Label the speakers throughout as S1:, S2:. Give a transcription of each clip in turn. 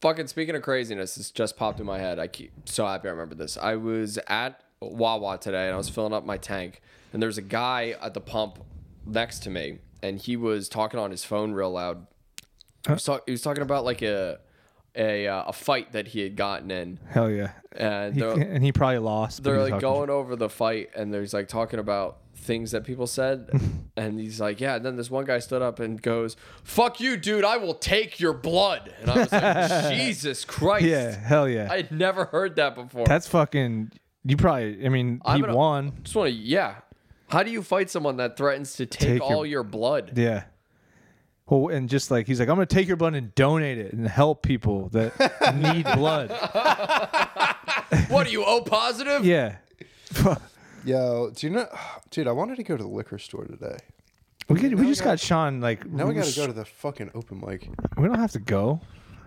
S1: Fucking speaking of craziness, this just popped in my head. I keep so happy I remember this. I was at Wawa today and I was filling up my tank, and there was a guy at the pump next to me, and he was talking on his phone real loud. He was, talk- he was talking about like a a uh, a fight that he had gotten in,
S2: Hell yeah.
S1: and
S2: He,
S1: they're-
S2: and he probably lost. but
S1: they're
S2: he's
S1: like
S2: talking
S1: going over the fight and there's like talking about things that people said and he's like yeah and then this one guy stood up and goes fuck you dude i will take your blood and i was like jesus christ
S2: shit. Yeah. Hell yeah.
S1: i had never heard that before
S2: That's fucking. You probably. I mean,
S1: I'm
S2: he
S1: gonna-
S2: won.
S1: just want to yeah how do you fight someone that threatens to take,
S2: Take your-
S1: all your, blood
S2: Yeah. Well, and just like he's like, I'm gonna take your blood and donate it and help people that need blood.
S1: what are you o positive
S2: Yeah.
S3: Yo, do you know, dude? I wanted to go to the liquor store today.
S2: We could, we just got Sean like.
S3: Now we got to go to the fucking open mic.
S2: We don't have to go.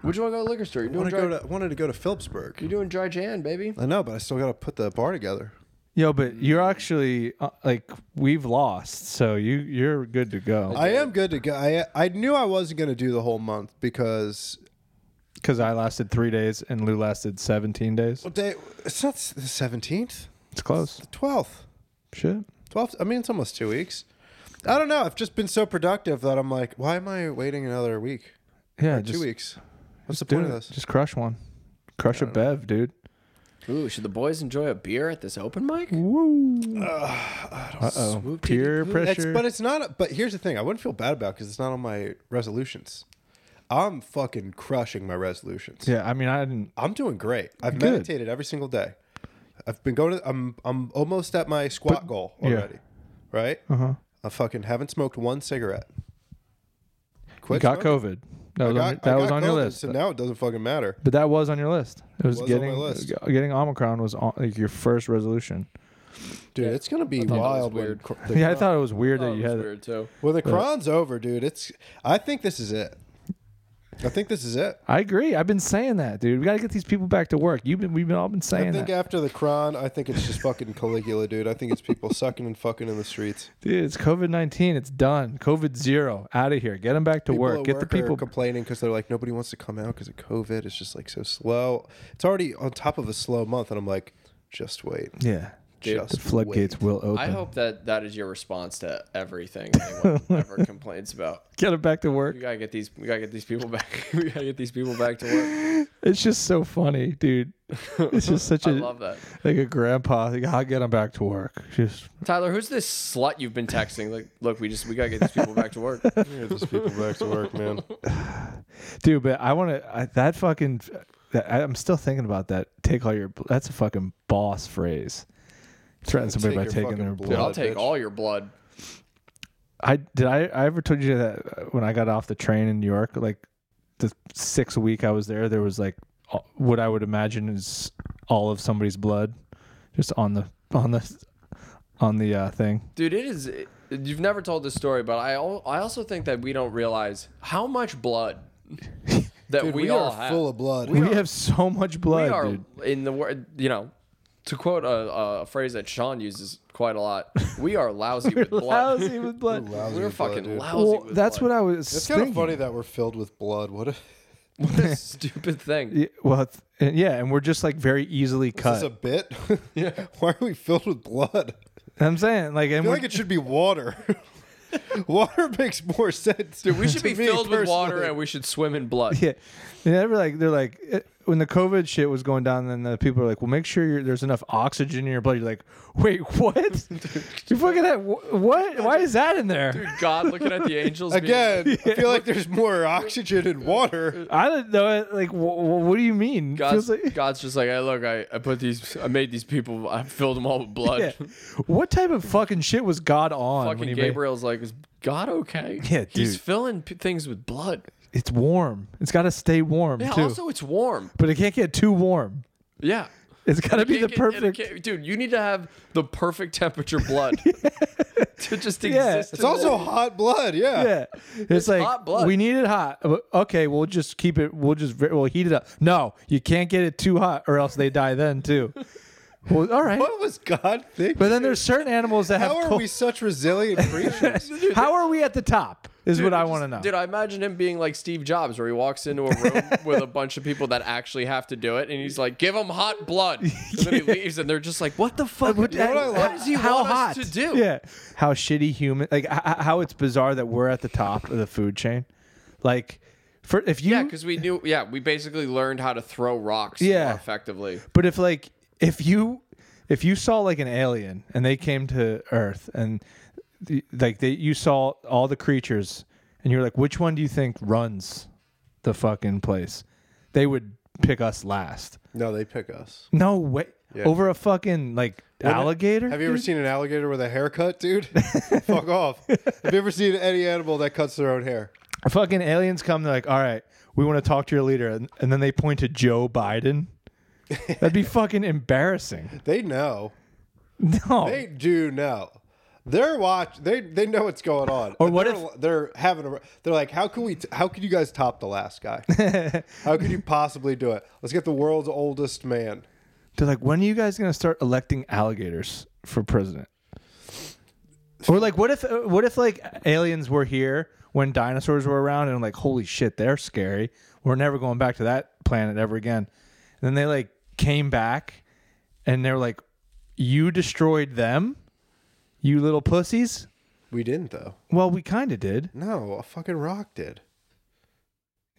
S1: would you want to go to the liquor store you're doing,
S3: Wanted to
S1: dry,
S3: go to wanted to go to Phillipsburg.
S1: you're doing dry jan baby
S3: I know, but I still got to put the bar together.
S2: Yo, but you're actually uh, like we've lost, so you you're good to go.
S3: I am good to go. I I knew I wasn't going to do the whole month because
S2: Because I lasted three days and Lou lasted 17 days.
S3: what day? It's not s- the seventeenth,
S2: It's close.
S3: twelfth,
S2: Shit.
S3: twelfth. I mean, it's almost two weeks. I don't know. I've just been so productive that I'm like, why am I waiting another week?
S2: Yeah,
S3: Or
S2: just
S3: two weeks. What's the
S2: do
S3: point of
S2: it.
S3: this?
S2: Just crush one. Crush a bev, dude.
S1: ooh should the boys enjoy a beer at this open mic
S2: Woo. Uh oh.
S1: Swoop diddy
S2: Peer
S1: poo.
S3: It's,
S2: pressure.
S3: but it's not. But here's the thing: I wouldn't feel bad about because it's not on my resolutions. I'm fucking crushing my resolutions.
S2: yeah, I mean, I didn't.
S3: I'm doing great. I've
S2: Good.
S3: meditated every single day. I've been going to. I'm I'm almost at my squat goal
S2: yeah.
S3: already. Right.
S2: Uh huh.
S3: I fucking haven't smoked one cigarette.
S2: You
S3: Quit.
S2: got
S3: smoking.
S2: COVID. That
S3: I
S2: was on,
S3: got-
S2: your- that
S3: I
S2: was
S3: got
S2: on your
S3: COVID,
S2: list.
S3: So now it doesn't fucking matter.
S2: but that was on your list. It was,
S3: was on my
S2: getting
S3: list.
S2: getting Omicron was on, like your first resolution.
S3: Dude, it's gonna be
S1: thought that was
S3: wild. when
S1: weird.
S3: cr- the,
S2: Yeah, I thought it was weird
S1: oh,
S2: that you
S1: that's
S2: had.
S1: weird too
S3: When the Kron's over, dude, it's. I think this is it. I think this is it.
S2: I agree. I've been saying that, dude. We got to get these people back to work. You've been we've been all been
S3: I
S2: saying
S3: think
S2: that,
S3: after the Kron, I think it's just fucking Caligula, dude. I think it's people sucking and fucking in the streets.
S2: dude. It's COVID nineteen. It's done. COVID zero. Out of here. Get them back to
S3: People
S2: work.
S3: at
S2: Get the
S3: are
S2: people.
S3: complaining because they're like nobody wants to come out because of COVID. It's just like so slow. It's already on top of a slow month, and I'm like, just wait.
S2: yeah.
S1: Dude,
S3: just
S2: The floodgates
S3: wait.
S2: will open.
S1: I hope that that is your response to everything anyone ever complains about.
S2: Get them back to work.
S1: We gotta get these. We gotta get these people back. we gotta get these people back to work.
S2: It's just so funny, dude. It's just such
S1: I
S2: a
S1: love that.
S2: like a grandpa. Like, I'll get them back to work. Just
S1: Tyler, who's this slut you've been texting? Like, look, we just we gotta get these people back to work.
S3: Yeah, just people back to work, man.
S2: dude. But I want to. That fucking. That, I- I'm still thinking about that. Take all your. bl- That's a fucking boss phrase. Threaten somebody
S3: Take
S2: by
S3: your
S2: taking
S3: fucking
S2: their
S3: blood.
S2: blood.
S1: I'll take
S3: bitch.
S1: all your blood.
S2: I did I, I ever told you that uh, when I got off the train in New York, like the sixth week I was there, there was like a- what I would imagine is all of somebody's blood, just on the on the on the uh, thing.
S1: Dude, it is. It, you've never told this story, but I al- I also think that we don't realize how much blood that
S3: Dude,
S1: we,
S3: we,
S1: all
S3: are
S1: have.
S3: full of blood.
S2: We, have so much blood,
S1: we are
S2: dude.
S1: in the word. You know, to quote a, a phrase that Sean uses quite a lot, we are lousy with blood.
S2: Lousy with blood.
S3: Lousy
S1: We're
S3: with blood,
S1: fucking
S3: dude.
S1: lousy.
S2: well,
S1: with
S2: that's
S1: blood.
S2: what I was.
S3: It's kind of
S2: thinking.
S3: funny that we're filled with blood. What if
S1: What a stupid thing.
S2: Yeah, well, it's- and- yeah, and we're just like very easily
S3: this is
S2: cut.
S3: a bit? Why are we filled with blood?
S2: I'm saying like,
S3: I
S2: and
S3: feel
S2: we're,
S3: like it should be water. water makes more sense.
S1: Dude, we should
S3: to
S1: be
S3: me
S1: filled with water
S3: personally.
S1: and we should swim in blood.
S2: yeah, and they were like, they're like, eh, when the COVID shit was going down, then the people are like, well, make sure you're, there's enough oxygen in your blood. You're like, wait, what? you fucking had, wh- what? Why is that in there?
S1: Dude, God looking at the angels. being
S3: Again,
S1: like,
S3: I feel like there's more oxygen in water.
S2: I don't know. it- Like, wh- wh- what do you mean?
S1: God's,
S2: Feels like-
S1: God's just like, hey, look, I, I put these, I made these people, I filled them all with blood.
S2: yeah. What type of fucking shit was God on? when
S1: Fucking
S2: he made-
S1: Gabriel's like, is God okay?
S2: Yeah,
S1: He's
S2: dude.
S1: filling p- things with blood.
S2: it's warm. It's got to stay warm
S1: Yeah,
S2: too.
S1: also it's warm.
S2: but it can't get too warm.
S1: Yeah.
S2: It's got to be
S1: Can't
S2: the
S1: get- and it
S2: perfect.
S1: can't- Dude, you need to have the perfect temperature blood to just exist.
S2: Yeah.
S1: in
S3: It's also hot blood, yeah.
S2: yeah. It's, like
S1: hot blood.
S2: we need it hot. Uh, Okay, we'll just keep it. We'll just we'll heat it up. No, you can't get it too hot, or else they die then too. Well, all right.
S3: What was God thinking?
S2: But then there's certain animals that have.
S3: How are
S2: co-
S3: we such resilient creatures?
S2: How are we at the top? Is what I want to know.
S1: Dude, I imagine him being like Steve Jobs, where he walks into a room with a bunch of people that actually have to do it, and he's like, "Give them hot blood," and then he leaves, and they're just like, "What the fuck? What,
S2: What-
S3: know what I like?
S1: does he
S2: how
S1: want
S2: hot
S1: us to do?"
S2: Yeah, how shitty human. Like h- h- how it's bizarre that we're at the top of the food chain. Like, for if you
S1: Yeah, because we knew. Yeah, we basically learned how to throw rocks.
S2: Yeah.
S1: more effectively.
S2: But if like if you if you saw like an alien and they came to Earth and the, like they you saw all the creatures and you're like, which one do you think runs the fucking place? They would pick us last.
S3: no, they pick us.
S2: No way.
S3: Yeah.
S2: Over a fucking like alligator.
S3: Have you ever seen an alligator with a haircut, dude? Fuck off. Have you ever seen any animal that cuts their own hair?
S2: fucking aliens come? They're like, all right, we want to talk to your leader, and, and then they point to Joe Biden. That'd be fucking embarrassing.
S3: They know.
S2: No.
S3: They do know. They're watch. They they know what's going on.
S2: Or what
S3: they're,
S2: if-
S3: they're having a? They're like, how can we? T- how could you guys top the last guy? how could you possibly do it? Let's get the world's oldest man.
S2: They're like, when are you guys gonna start electing alligators for president? Or like, what if what if like aliens were here when dinosaurs were around and like, holy shit, they're scary. We're never going back to that planet ever again. And then they like came back and they're like, you destroyed them, you little pussies.
S3: We didn't though.
S2: Well, we kind of did.
S3: No, a fucking rock did.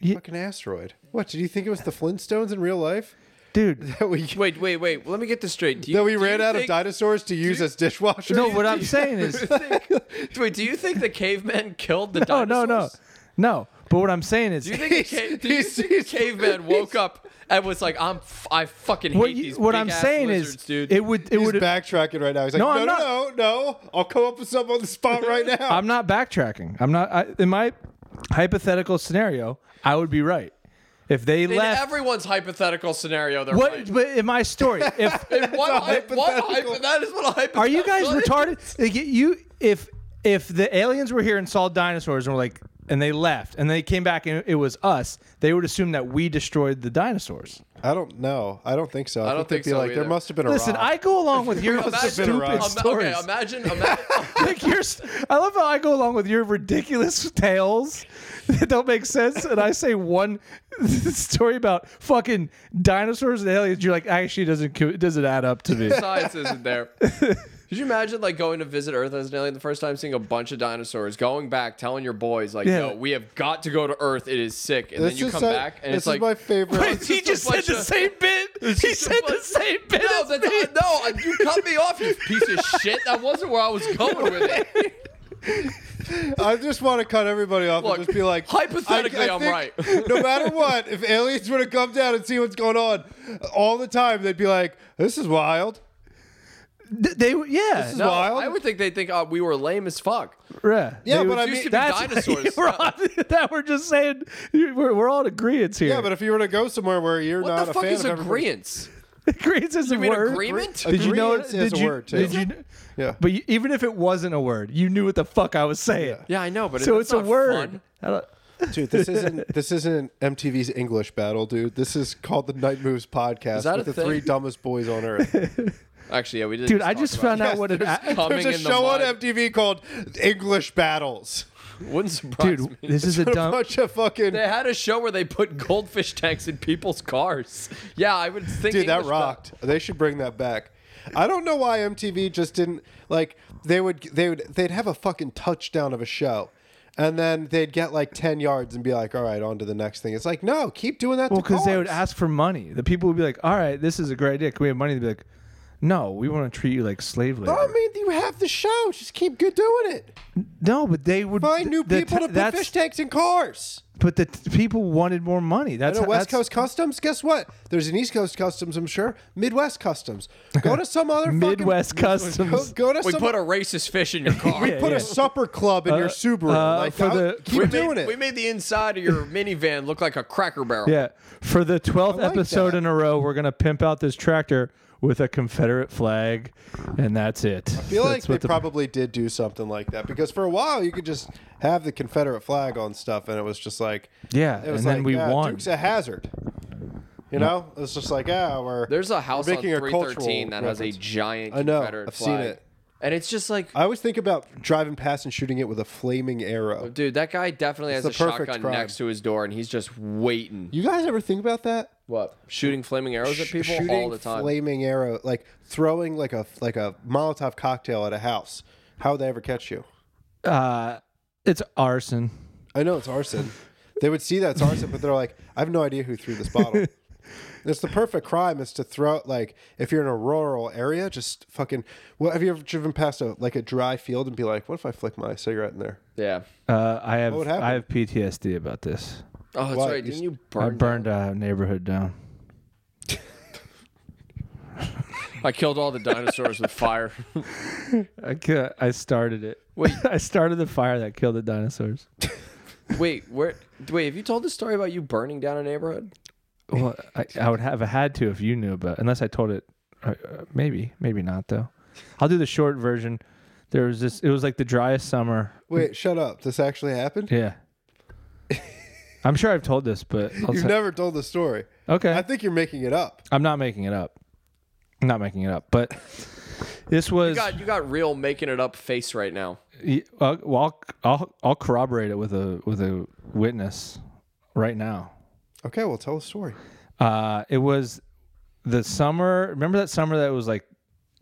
S2: Ye-
S3: Fucking asteroid. What? Did you think it was the Flintstones in real life?
S2: dude.
S3: That we
S1: Wait, wait, wait. Let me get this straight. Do you,
S3: that we
S1: do
S3: ran
S1: you
S3: out of
S1: think-
S3: dinosaurs to use as dishwashers?
S2: No, what I'm saying is,
S1: Wait, do you think the cavemen killed the
S2: no,
S1: dinosaurs?
S2: no, no, no. But what I'm saying is,
S1: Do you think a ca-
S3: He's-
S1: do you
S3: he's-
S1: think
S3: he's-
S1: a caveman woke up and was like, "I'm f- I fucking hate
S2: what, you-
S1: these
S2: what I'm
S1: big-ass
S2: saying
S1: lizards,
S2: is,
S1: dude."
S2: it would it
S3: He's
S2: would
S3: backtracking right now. He's like,
S2: No,
S3: no,
S2: I'm
S3: no,
S2: not.
S3: no, no. I'll come up with something on the spot right now.
S2: I'm not backtracking. I'm not. I, in my hypothetical scenario, I would be right. If they
S1: in
S2: left,
S1: everyone's hypothetical scenario, they're
S2: what?
S1: right.
S2: But in my story, if
S1: In what, hy- what
S3: hypothetical.
S1: hypo- that is what a hypothetical.
S2: are you guys
S1: is.
S2: retarded? Like, you, if if the aliens were here and saw dinosaurs and were like, and they left and they came back and it was us, they would assume that we destroyed the dinosaurs.
S3: I don't know. I don't think so. I,
S1: don't
S3: they'd
S1: think
S3: be
S1: so
S3: like, there
S1: either.
S3: must have been a
S2: Listen,
S3: rock.
S2: I go along with your
S1: Imagine-
S2: stupid
S3: been around.
S1: ima-
S2: stories.
S1: Okay, imagine, imagine
S2: like your, st- I love how I go along with your ridiculous tales that don't make sense, and I say one story about fucking dinosaurs and aliens. You're like, actually, it doesn't co- it doesn't add up to me.
S1: science isn't there. Could you imagine like going to visit Earth as an alien the first time, seeing a bunch of dinosaurs, going back, telling your boys like,
S2: Yeah.
S1: "Yo, we have got to go to Earth. It is sick." And
S3: This
S1: then you
S3: is
S1: come
S3: so-
S1: back, and
S3: this
S1: it's
S3: is
S1: like
S3: my favorite.
S1: Wait,
S2: Wait, he
S1: just a bunch
S2: just said the
S1: of-
S2: same bit. He
S1: just a
S2: said the
S1: bunch-
S2: same bit.
S1: No,
S2: as
S1: that's,
S2: me.
S1: uh, no, you cut me off, you piece of shit. That wasn't where I was going with it.
S3: I just want to cut everybody off
S1: Look,
S3: and just be like,
S1: hypothetically, I'm
S3: right. no matter what, if aliens were to come down and see what's going on all the time, they'd be like, this is wild.
S2: Th- They, were- yeah,
S3: is
S2: no,
S1: No,
S3: Wild.
S1: I would think they think uh, we were lame as fuck.
S2: right.
S3: Yeah,
S2: They
S3: but
S2: were-
S3: I
S1: Used
S3: mean-
S1: to be
S2: that's
S1: dinosaurs.
S2: we're on, that we're just saying we're, we're all in agreement here.
S3: Yeah, but if you were to go somewhere where you're
S1: What
S3: not
S1: the
S3: a
S1: fuck
S3: fan
S1: is
S3: of everybody-
S1: agreement?
S2: agreement is a
S1: mean
S2: word.
S1: agreement?
S2: Did you know?
S3: Agreement is
S2: Did
S3: a
S2: you,
S3: word, too.
S2: did you?
S3: Yeah.
S2: But you, even if it wasn't a word, you knew what the fuck I was saying.
S1: Yeah, I know, but
S2: so
S1: that's
S2: it's a
S1: not
S2: word.
S1: fun.
S2: I don't-
S3: Dude, this isn't this isn't MTV's English battle, dude. This is called the Night Moves podcast
S1: Is that
S3: with
S1: a
S3: the three
S1: thing?
S3: dumbest boys on earth.
S1: Actually, yeah, we did.
S2: Dude, I just found out what an
S1: There's
S2: a-
S1: coming
S3: There's a
S1: in the
S3: show on
S1: mud.
S3: MTV called English Battles.
S1: Wouldn't surprise
S2: dude.
S1: me.
S2: This is a
S3: a
S2: dumb.
S3: bunch of fucking
S1: They had a show where they put goldfish tanks in people's cars. Yeah, I would think.
S3: dude that
S1: English-
S3: rocked. They should bring that back. I don't know why MTV just didn't like they would they would they'd have a fucking touchdown of a show. And then they'd get like ten yards and be like, "All right, on to the next thing." It's like, no, keep doing that.
S2: Well,
S3: because
S2: because they would ask for money. The people would be like, "All right, this is a great idea. Can we have money?" They'd be like, "No, we want to treat you like slave labor."
S3: I mean, you have the show. Just keep good doing it.
S2: no, but they would
S3: Find new
S2: the-
S3: people to put
S2: that's-
S3: fish tanks in cars.
S2: But the t- people wanted more money. That's
S3: You know,
S2: how-
S3: West
S2: that's-
S3: Coast Customs. Guess what? There's an East Coast Customs, I'm sure. Midwest Customs. Go to some other fucking-
S2: Midwest
S3: Go,
S2: Customs.
S3: go to
S1: We
S3: some.
S1: put a racist fish in your car.
S2: Yeah,
S3: put a supper club in your Subaru.
S2: uh,
S3: like,
S2: for
S3: I-
S2: the-
S3: keep
S1: we
S3: doing
S1: made,
S3: it.
S1: We made the inside of your minivan look like a cracker barrel.
S2: Yeah, for the twelfth
S3: like
S2: episode
S3: that.
S2: in a row, we're gonna pimp out this tractor with a Confederate flag, and that's it.
S3: I feel like they probably did do something like that because for a while you could just have the Confederate flag on stuff, and it was just like
S2: Yeah,
S3: it was
S2: and then
S3: like,
S2: we
S3: yeah,
S2: won.
S3: Duke's a hazard. You know, it's just like ah, we're
S1: There's a house
S3: we're
S1: on
S3: making a cultural
S1: 313 that has a
S3: reference.
S1: giant
S3: I know,
S1: Confederate
S3: I've seen
S1: flag.
S3: it.
S1: And it's just like,
S3: I always think about driving past and shooting it with a flaming arrow.
S1: dude, that guy definitely has
S3: the
S1: a
S3: perfect
S1: shotgun
S3: crime.
S1: next to his door and he's just waiting.
S3: You guys ever think about that?
S1: What? Shooting flaming arrows at
S3: Sh-
S1: people
S3: shooting
S1: all the time.
S3: flaming arrow, like throwing like a like a Molotov cocktail at a house. How would they ever catch you?
S2: Uh, it's arson.
S3: I know it's arson. they would see that it's arson, but they're like, I have no idea who threw this bottle. it's the perfect crime is to throw like if you're in a rural area, just fucking. Well, have you ever driven past a like a dry field and be like, what if I flick my cigarette in there?
S1: yeah.
S2: Uh, I have
S3: would happen?
S2: I have PTSD about this.
S1: Oh, that's
S3: Why?
S1: right.
S3: You
S1: Didn't you
S2: I
S1: burn?
S2: burned a neighborhood down.
S1: I killed all the dinosaurs with fire.
S2: I ca- I started it.
S1: Wait.
S2: I started the fire that killed the dinosaurs.
S1: Wait, where? Wait, have you told the story about you burning down a neighborhood?
S2: Well, I, I would have had to if you knew about, unless I told it. Uh, uh, maybe, maybe not though. I'll do the short version. There was this. It was like the driest summer.
S3: Wait, shut up. This actually happened.
S2: Yeah. I'm sure I've told this, but I'll
S3: You've
S2: tell-
S3: never told the story.
S2: okay.
S3: I think you're making it up.
S2: I'm not making it up. I'm not making it up, but this was.
S1: You got you got real making it up face right now.
S2: Y- uh, well, I'll, I'll I'll corroborate it with a with a witness right now.
S3: Okay, well, tell the story.
S2: Uh, it was the summer. Remember that summer that was like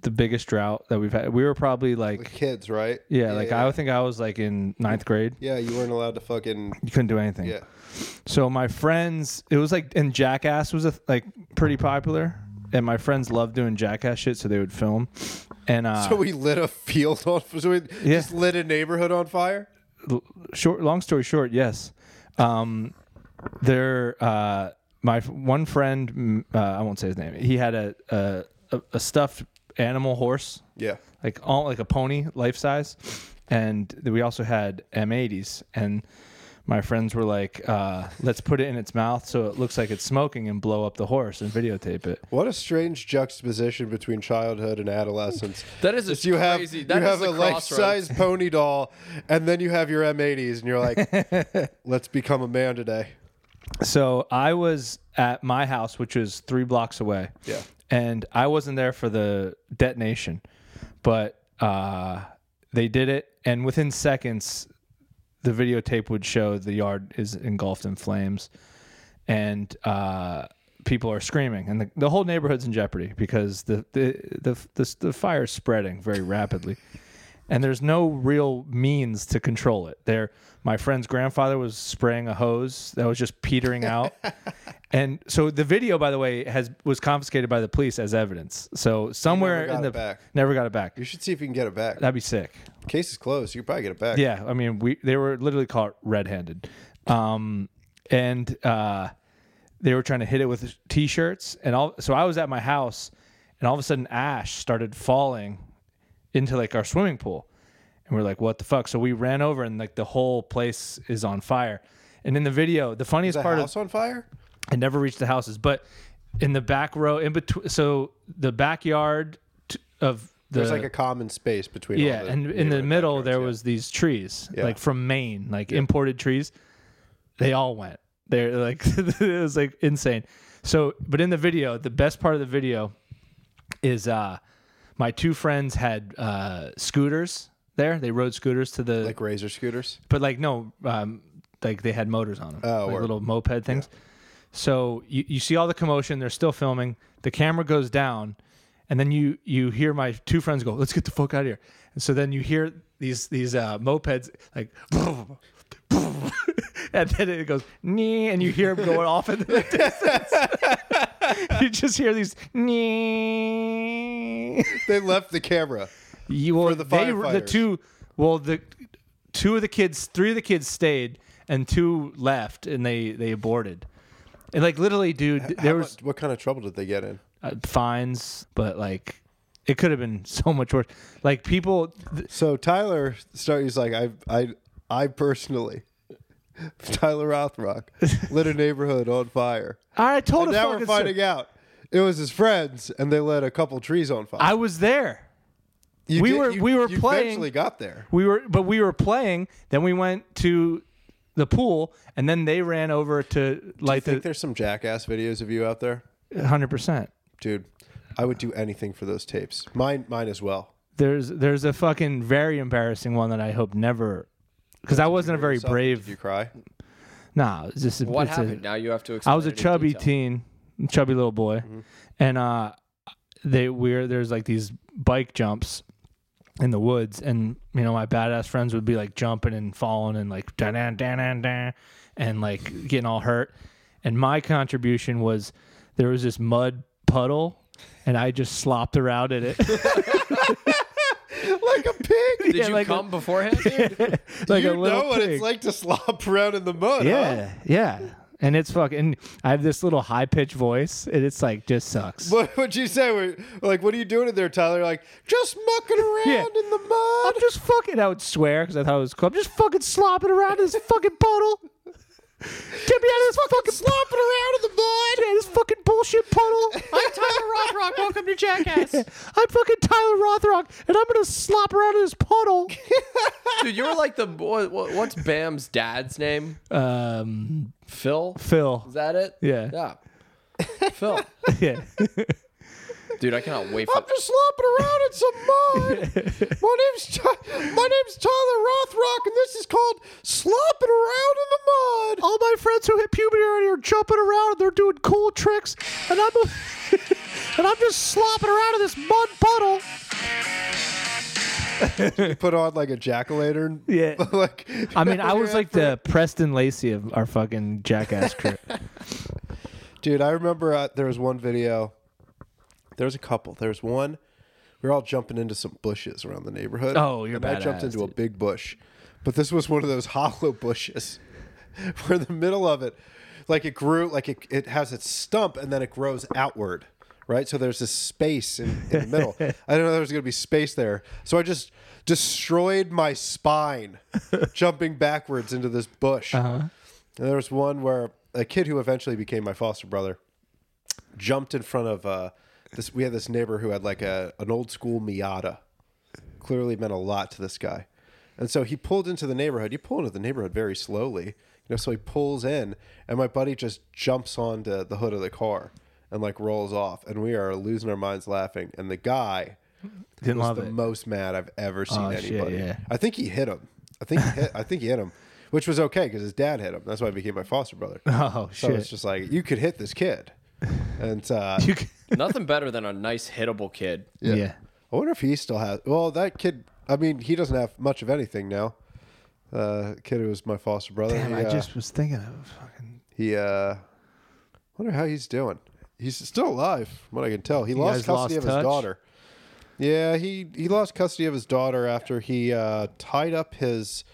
S2: the biggest drought that we've had. We were probably like
S3: Kids, right?
S2: yeah, like
S3: yeah.
S2: I think I was like in ninth grade.
S3: Yeah, you weren't allowed to fucking.
S2: You couldn't do anything.
S3: Yeah.
S2: So my friends, it was like, and Jackass was a, like pretty popular, and my friends loved doing Jackass shit, so they would film, and uh,
S3: So we lit a field on. So we
S2: Yeah.
S3: just lit a neighborhood on fire.
S2: l- short long story short yes um there uh my f- one friend mm, uh, i won't say his name he had a a, a- a stuffed animal horse
S3: Yeah.
S2: like all like a pony life size and th- we also had m80s and my friends were like uh, let's put it in its mouth so it looks like it's smoking and blow up the horse and videotape it
S3: What a strange juxtaposition between childhood and adolescence.
S1: That is a
S3: Is you have
S1: crazy.
S3: you
S1: That is
S3: have a
S1: the crossroads.
S3: life-size pony doll, and then you have your M80s, and you're like, "Let's become a man today."
S2: So I was at my house, which was three blocks away.
S3: Yeah.
S2: And I wasn't there for the detonation, but uh, they did it, and within seconds, the videotape would show the yard is engulfed in flames, and uh, people are screaming, and the, the whole neighborhood's in jeopardy because the the the the, the fire is spreading very rapidly. and there's no real means to control it. There, my friend's grandfather was spraying a hose that was just petering out, and so the video, by the way, has was confiscated by the police as evidence. So somewhere
S3: got
S2: in
S3: it
S2: the
S3: back.
S2: never got it back.
S3: You should see if you can get it back.
S2: That'd be sick.
S3: Case is closed. You could probably get it back.
S2: Yeah, I mean, we they were literally caught red-handed, um, and uh, they were trying to hit it with t-shirts, and all. So I was at my house, and all of a sudden, ash started falling into like our swimming pool, and we're like, "What the fuck?" So we ran over, and like the whole place is on fire. And in the video, the funniest
S3: The
S2: part of
S3: house on fire.
S2: I never reached the houses, but in the back row, in between, so the backyard t- of the
S3: There's like a common space between. all
S2: yeah,
S3: the
S2: and in the
S3: neighborhood
S2: middle
S3: backgrounds,
S2: there
S3: yeah.
S2: was these trees,
S3: Yeah.
S2: like from Maine, like imported trees. They all went. They're like it was like insane. So, but in the video, the best part of the video is uh my two friends had uh scooters there. They rode scooters to the
S3: like razor scooters.
S2: but like no um like they had motors on them
S3: Oh,
S2: like
S3: word.
S2: little moped things so you, you see all the commotion they're still filming the camera goes down and then you you hear my two friends go let's get the fuck out of here and so then you hear these these uh mopeds like and then it goes nee and you hear them going off in the distance you just hear these nee
S3: They left the camera.
S2: you well, they-
S3: the
S2: the
S3: firefighters.
S2: two well the two of the kids three of the kids stayed and two left and they they aborted. And like literally, dude, th- there
S3: How
S2: was
S3: much- what kind of trouble did they get in?
S2: uh, fines, but like it could have been so much worse. Like people, th-
S3: So Tyler started. He's like, I, I, I personally, Tyler Rothrock, lit a neighborhood on fire.
S2: I told
S3: And
S2: a
S3: now we're
S2: fucking
S3: finding
S2: story.
S3: out it was his friends, and they lit a couple trees on fire.
S2: I was there.
S3: You
S2: we
S3: did-
S2: were-
S3: you-
S2: we were
S3: you
S2: playing-
S3: Eventually got there.
S2: We were, but we were playing. Then we went to the pool, and then they ran over to
S3: I
S2: light the
S3: think there's some jackass videos of you out there,
S2: hundred percent.
S3: dude. I would do anything for those tapes. Mine, mine as well.
S2: There's there's a fucking very embarrassing one that I hope never, because I wasn't a very
S3: Yourself, Did you
S2: brave.
S3: cry?
S2: Nah, it's just
S1: What
S2: it's a-
S1: happened? now you have to explain.
S2: I was a
S1: it in
S2: chubby
S1: detail. Mm-hmm.
S2: teen, chubby little boy, and uh, they we're there's like these bike jumps in the woods, and you know my badass friends would be like jumping and falling and like da da da da da, and like getting all hurt, and my contribution was there was this mud puddle, and I just slopped around in it
S3: Like a pig.
S1: Did
S2: Yeah,
S1: you
S2: like a-
S1: come beforehand? dude?
S2: like a
S3: you
S2: little
S3: know what
S2: pig.
S3: it's like to slop around in the mud. huh?
S2: Yeah, yeah. And it's fucking. I have this little high pitched voice, and it's like just sucks.
S3: What would you say? Were- Like, what are you doing in there, Tyler? Like, just mucking around
S2: Yeah.
S3: in the mud.
S2: I'm just fucking. I would swear because I thought it was cool. I'm just fucking slopping around in this fucking puddle. Get me out of this fucking, slopping around in the mud. Yeah, this fucking bullshit puddle. I'm Tyler Rothrock. Welcome to Jackass. I'm fucking Tyler Rothrock, and I'm gonna slop around in this puddle.
S1: Dude, you were like the boy. what- What's Bam's dad's name?
S2: um,
S1: Phil. Is
S2: Phil.
S1: that it?
S2: Yeah.
S1: Yeah. Phil.
S2: Yeah.
S1: Dude, I cannot wait for.
S3: just slopping around in some mud. my name's Ty- my name's Tyler Rothrock, and this is called slopping around in the mud.
S2: All my friends who hit puberty already are jumping around and they're doing cool tricks, and I'm a, and I'm just slopping around in this mud puddle.
S3: You put on like a jack o' lantern.
S2: Yeah.
S3: like
S2: I mean, I was like the Preston Lacey of our fucking jackass crew.
S3: dude. I remember uh, there was one video. There was a couple. There was one. We were all jumping into some bushes around the neighborhood.
S2: Oh, you're
S3: and I jumped
S2: badass,
S3: into a
S2: dude.
S3: big bush, but this was one of those hollow bushes. We're in the middle of it. Like it grew, like it, it has its stump and then it grows outward, right? So there's this space in, in the middle. I didn't know there was going to be space there. So I just destroyed my spine jumping backwards into this bush.
S2: Uh-huh.
S3: And there was one where a kid who eventually became my foster brother jumped in front of uh, this. We had this neighbor who had like a, an old school Miata. Clearly meant a lot to this guy. And so he pulled into the neighborhood. You pull into the neighborhood very slowly. You know, so he pulls in, and my buddy just jumps onto the hood of the car and like rolls off. And we are losing our minds laughing. And the guy
S2: Didn't
S3: was
S2: love
S3: the
S2: it.
S3: most mad I've ever seen
S2: Oh, shit,
S3: anybody.
S2: yeah.
S3: I think he hit him. I think he hit, I think he hit him, which was okay because his dad hit him. That's why I became my foster brother.
S2: Oh
S3: so
S2: shit!
S3: it's just like you could hit this kid, and uh,
S2: You c-
S1: Nothing better than a nice hittable kid.
S2: yeah.
S3: I wonder if he still has. Well, that kid. I mean, he doesn't have much of anything now. Uh, kid who was my foster brother.
S2: Damn,
S3: he,
S2: I
S3: uh,
S2: just was thinking of fucking.
S3: he. Uh, wonder how he's doing. He's still alive, from what I can tell. He
S2: guys
S3: lost custody
S2: lost
S3: of
S2: touch?
S3: his daughter. Yeah, he he lost custody of his daughter after he uh, tied up his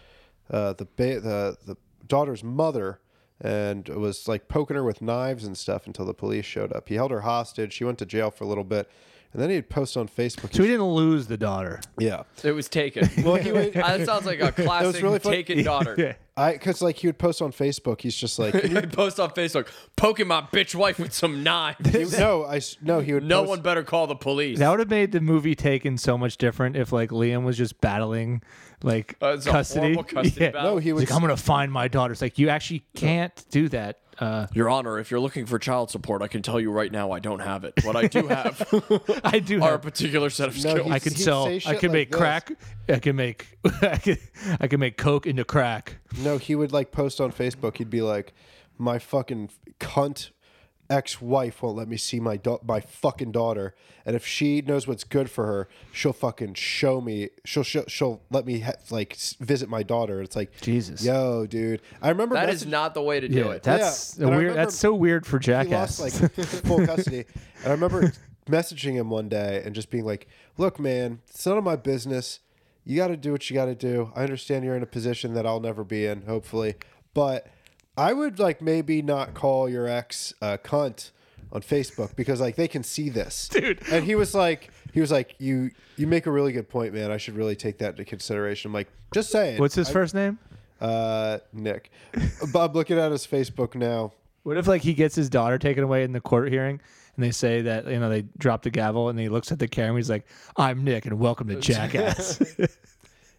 S3: uh, the ba- the the daughter's mother and was like poking her with knives and stuff until the police showed up. He held her hostage. She went to jail for a little bit, and then he'd post on Facebook.
S2: So we didn't lose the daughter.
S3: yeah.
S1: It was taken. Well, he was, that sounds like a classic
S3: really fun-
S1: taken daughter.
S3: I because like he would post on Facebook, he's just like
S1: He would post on Facebook, poking my bitch wife with some knives.
S3: no, I s- no he would
S1: No
S3: post-
S1: one better call the police.
S2: That would have made the movie Taken so much different if like Liam was just battling like
S1: Uh, it's a
S2: custody.
S1: horrible custody battle.
S3: No, he
S2: He's
S3: would.
S2: like, I'm gonna find my daughter. It's like you actually can't do that. Uh,
S1: Your Honor, if you're looking for child support, I can tell you right now I don't have it. What I do have
S2: I do.
S1: are a
S2: Have,
S1: particular set of
S3: No,
S1: skills.
S2: I
S3: he's-
S2: could
S3: he'd
S2: sell.
S3: say
S2: I
S3: shit
S2: could
S3: like
S2: make
S3: this.
S2: crack. I can make. I could. I can make coke into crack.
S3: no, he would like post on Facebook. He'd be like, "My fucking cunt ex-wife won't let me see my da- my fucking daughter, and if she knows what's good for her, she'll fucking show me. She'll she'll, she'll let me ha- like s- visit my daughter." It's like
S2: Jesus.
S3: yo, dude. I remember
S1: That
S3: messaging-
S1: is not the way to do
S2: Yeah,
S1: it.
S2: that's
S3: Yeah,
S2: a
S3: and I
S2: weird.
S3: remember
S2: That's so weird for
S3: he lost
S2: jackass.
S3: like full custody. And I remember messaging him one day and just being like, "Look, man, it's none of my business. You got to do what you got to do. I understand you're in a position that I'll never be in, hopefully, but I would like maybe not call your ex a cunt on Facebook because like they can see this, dude." And he was like. He was like, "You, you make a really good point, man. I should really take that into consideration." I'm like, "Just saying."
S2: What's his first name?
S3: Uh, Nick, Bob, looking at his Facebook now.
S2: What if like he gets his daughter taken away in the court hearing, and they say that you know they drop the gavel, and he looks at the camera, he's like, "I'm Nick, and welcome to Jackass."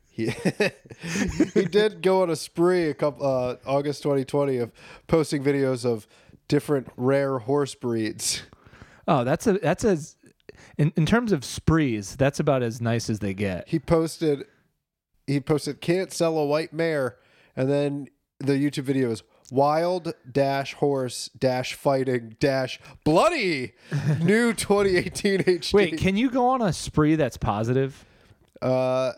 S3: He, he did go on a spree a couple uh, August 2020 of posting videos of different rare horse breeds.
S2: Oh, that's a that's as in, in terms of sprees, that's about as nice as they get.
S3: He posted he posted can't sell a white mare and then the YouTube video is wild dash horse dash fighting dash bloody new 2018 HD.
S2: Wait, can you go on a spree that's positive?
S3: uh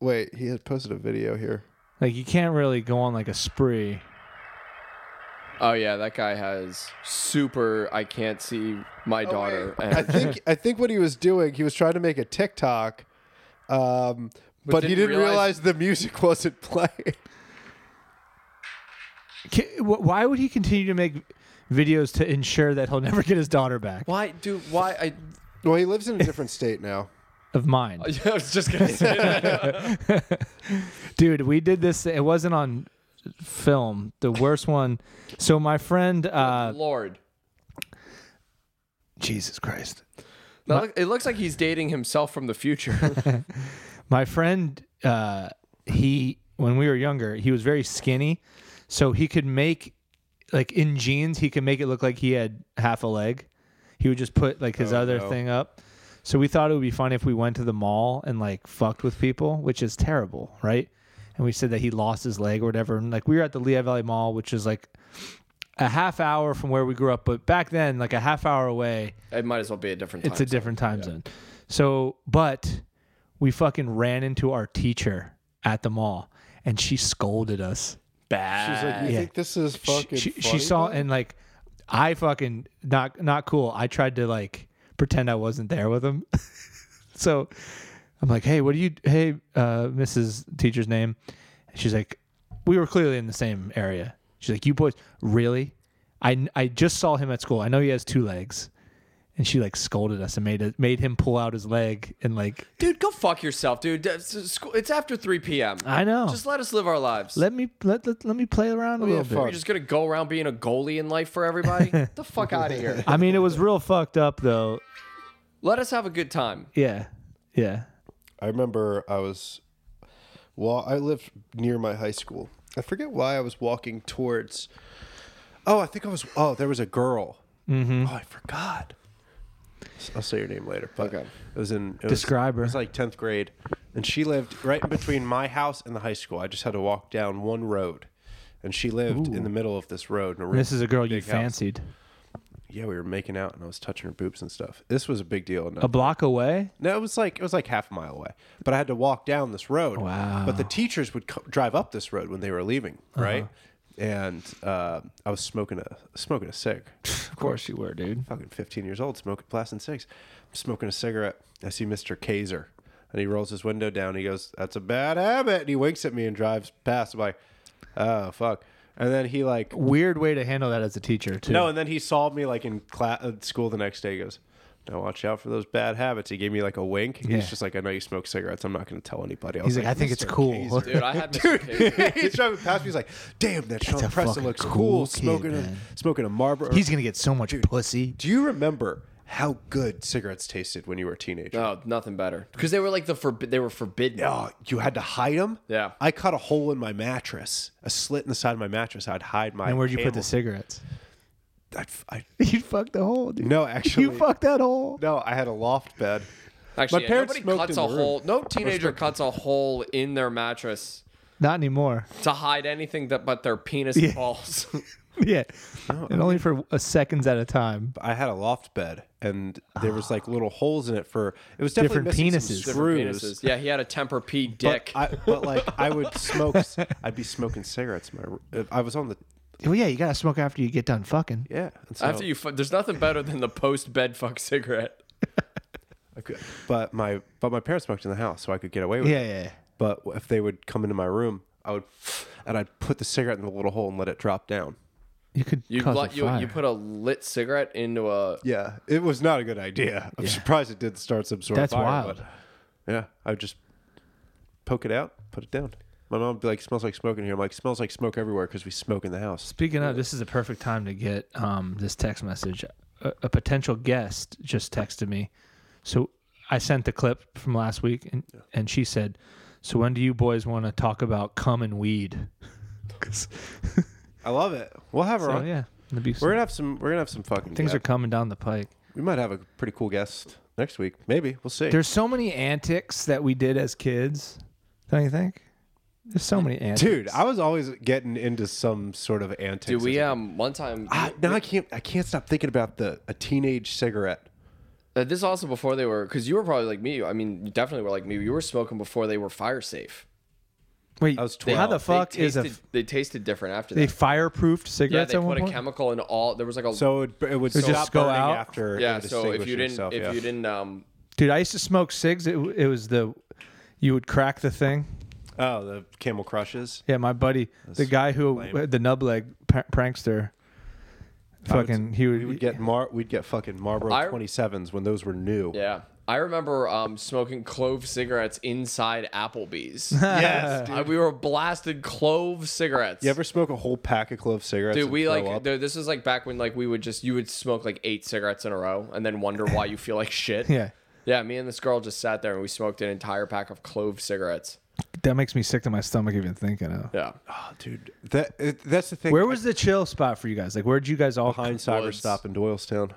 S3: wait, he had posted a video here.
S2: Like you can't really go on like a spree.
S1: Oh yeah, that guy has super. I can't see my daughter.
S3: I think I think what he was doing, he was trying to make a TikTok, um, but, he
S1: didn't
S3: didn't realize,
S1: realize-
S3: the music wasn't playing.
S2: Ca wh- why would he continue to make videos to ensure that he'll never get his daughter back?
S1: why, dude? Why I?
S3: well, he lives in a different state now.
S2: Of mine,
S1: I was just gonna say.
S2: dude. We did this. It wasn't on film. The worst one. So my friend, uh,
S1: Lord,
S2: Jesus Christ,
S1: That look- it looks like he's dating himself from the future.
S2: my friend, uh, he when we were younger, he was very skinny, so he could make like in jeans, he could make it look like he had half a leg. He would just put like his other
S3: no.
S2: thing up. So we thought it would be funny if we went to the mall and like fucked with people, which is terrible, right? And we said that he lost his leg or whatever. And like we were at the Lehigh Valley Mall, which is like a half hour from where we grew up, but back then, like a half hour away,
S1: it might as well be a different. Time
S2: it's a different time zone. So, but we fucking ran into our teacher at the mall, and she scolded us bad.
S3: She's like, you
S2: Yeah.
S3: think this is
S2: Ah. She-
S3: fucking?
S2: she, she
S3: funny,
S2: saw
S3: man?"
S2: and like, I fucking not not cool. I tried to like pretend I wasn't there with him. so I'm like, hey, what do you? Hey, uh, Mrs. Teacher's name. And she's like, we were clearly in the same area. She's like, you boys, really? I I just saw him at school. I know he has two legs. And she like scolded us and made it, made him pull out his leg and like
S1: Dude, go fuck yourself, dude. It's, school- it's after 3 p.m.
S2: I know.
S1: Just let us live our lives.
S2: let me let let, let me play around a little
S3: have
S2: bit.
S3: fun.
S1: You're just gonna go around being a goalie in life for everybody. Get the fuck out of here.
S2: I mean, it was real fucked up though.
S1: Let us have a good time.
S2: Yeah, yeah.
S3: I remember I was, well, I lived near my high school. I forget why I was walking towards. Oh, I think I was. Oh, there was a girl.
S2: Mm-hmm.
S3: Oh, I forgot. S- I'll say your name later. But
S1: Okay.
S3: It was in it was-
S2: Describe her.
S3: It was like tenth grade, and she lived right in between my house and the high school. I just had to walk down one road, and she lived in the middle of this road. In a
S2: This is a girl you
S3: big house.
S2: fancied.
S3: Yeah, we were making out, and I was touching her boobs and stuff. This was a big deal. uh, and I-
S2: A block away?
S3: no, it was like it was like half a mile away, but I had to walk down this road.
S2: Wow. Uh-huh.
S3: But the teachers would co- drive up this road when they were leaving, right? And uh, I was smoking a smoking a cig,
S2: Of course you were, dude.
S3: fucking fifteen years old, smoking blasting cigs, I'm smoking a cigarette. I see Mister Kaiser, and he rolls his window down. He goes, "That's a bad habit," and he winks at me and drives past. I'm like, "Oh fuck!" And then he like
S2: Weird way to handle that as a teacher, too.
S3: no, and then he saw me like in class, uh, school the next day. He goes, "Now watch out for those bad habits." He gave me like a wink. He's
S2: Yeah.
S3: just like, "I know you smoke cigarettes. I'm not going to tell anybody." I
S2: He's
S3: was
S2: like, I think it's
S3: "Mr.
S2: cool.
S3: Kaiser."
S1: Dude, I had Mr. Kaiser.
S3: He's driving past me. He's like, "Damn, that Sean
S2: a
S3: Preston
S2: fucking
S3: looks cool,
S2: cool kid,
S3: smoking
S2: man."
S3: a smoking a Marlboro."
S2: He's going to get so much pussy.
S3: Do you remember how good cigarettes tasted when you were a teenager?
S1: No, nothing better. Because they were like the forbi- they were forbidden.
S3: Oh, you had to hide them.
S1: Yeah.
S3: I cut a hole in my mattress, a slit in the side of my mattress. I'd hide my.
S2: And where'd you put the
S3: Camel-
S2: cigarettes?
S3: I'd- I,
S2: You fucked the hole, dude.
S3: No, actually-
S2: You fucked that hole.
S3: no, I had a loft bed.
S1: Actually,
S3: My
S1: yeah,
S3: parents
S1: nobody
S3: smoked
S1: cuts
S3: in
S1: a
S3: the
S1: hole.
S3: room.
S1: No teenager cuts a hole in their mattress
S2: Not anymore.
S1: to hide anything that but their penis
S2: Yeah.
S1: and balls.
S2: yeah. and only for a seconds at a time.
S3: I had a loft bed, and there was like little holes in it for it was
S2: Ah.
S3: definitely
S2: Different
S3: missing some
S2: penises.
S1: Different
S3: screws.
S1: penises. Yeah, he had a temper P
S3: But,
S1: dick.
S3: I, but like I would smoke, I'd be smoking cigarettes. In my r- I was on the
S2: Well, yeah, you got to smoke after you get done fucking.
S3: yeah. And so
S1: After you, fu- there's nothing better than the post bed fuck cigarette.
S3: I could- but my but my parents smoked in the house, so I could get away with
S2: Yeah,
S3: it.
S2: yeah.
S3: But if they would come into my room, I would and I'd put the cigarette in the little hole and let it drop down.
S2: You could
S1: You
S2: cause
S1: li-
S2: a
S1: you,
S2: fire.
S1: you put a lit cigarette into a
S3: Yeah, it was not a good idea. I'm surprised it didn't start some sort
S2: That's
S3: of fire.
S2: wild.
S3: but- yeah, I would just poke it out, put it down. My mom would be like, "Smells like smoke in here." I'm like, "Smells like smoke everywhere because we smoke in the house."
S2: Speaking of, this is a perfect time to get um, this text message. A, a potential guest just texted me. So I sent the clip from last week, and, and she said, So when do you boys want to talk about cum and weed? 'Cause-
S3: I love it. We'll have her
S2: so
S3: on.
S2: yeah, it'd be
S3: We're
S2: some-
S3: gonna have some. We're gonna have some fucking
S2: things
S3: yeah.
S2: are coming down the pike.
S3: We might have a pretty cool guest next week. Maybe we'll see.
S2: There's so many antics that we did as kids. Don't you think? There's so many antics.
S3: Dude, I was always getting into some sort of antics.
S1: Dude, we
S3: as a-
S1: um one time
S2: Ah.
S3: I, now I can't. I can't stop thinking about the a teenage cigarette.
S1: Uh, this also before they were, because you were probably like me. I mean, you definitely were like me. You were smoking before they were fire safe.
S2: Wait,
S3: I was
S1: They-
S2: how
S3: 12.
S2: the fuck
S1: they
S2: is a
S1: tasted- they tasted different after
S2: they
S1: that.
S2: fireproofed
S1: yeah,
S2: cigarettes
S1: they
S2: at one
S1: put a
S2: point?
S1: chemical in all. There was like a
S3: So it, it would
S2: It would
S3: stop
S2: just go
S3: burning
S2: out?
S3: after. it
S1: yeah.
S3: would
S1: So if
S3: distinguish
S1: you didn't,
S3: itself,
S1: if
S3: yeah.
S1: you didn't, um,
S2: Dude, I used to smoke cigs. It, it was the you would crack the thing.
S3: oh, the Camel Crushes.
S2: Yeah, my buddy, the guy who
S3: lame.
S2: the nubleg pr- prankster, fucking he would,
S3: We would get Mar. We'd get fucking Marlboro
S1: I-
S3: twenty sevens when those were new.
S1: yeah. I remember um smoking clove cigarettes inside Applebee's.
S3: Yes. dude.
S1: I- we were blasted clove cigarettes.
S3: You ever smoke a whole pack of clove cigarettes?
S1: Dude,
S3: and
S1: we
S3: throw
S1: like
S3: up?
S1: dude, this was like back when like we would just you would smoke like eight cigarettes in a row and then wonder why you feel like shit.
S2: Yeah.
S1: Yeah, me and this girl just sat there and we smoked an entire pack of clove cigarettes.
S2: that makes me sick to my stomach even thinking of.
S1: Yeah.
S3: Oh, dude, that it, that's the thing.
S2: Where was the cyber spot for you guys? Like, where'd you guys all?
S3: behind Cyber
S1: Woods.
S3: Stop in Doylestown?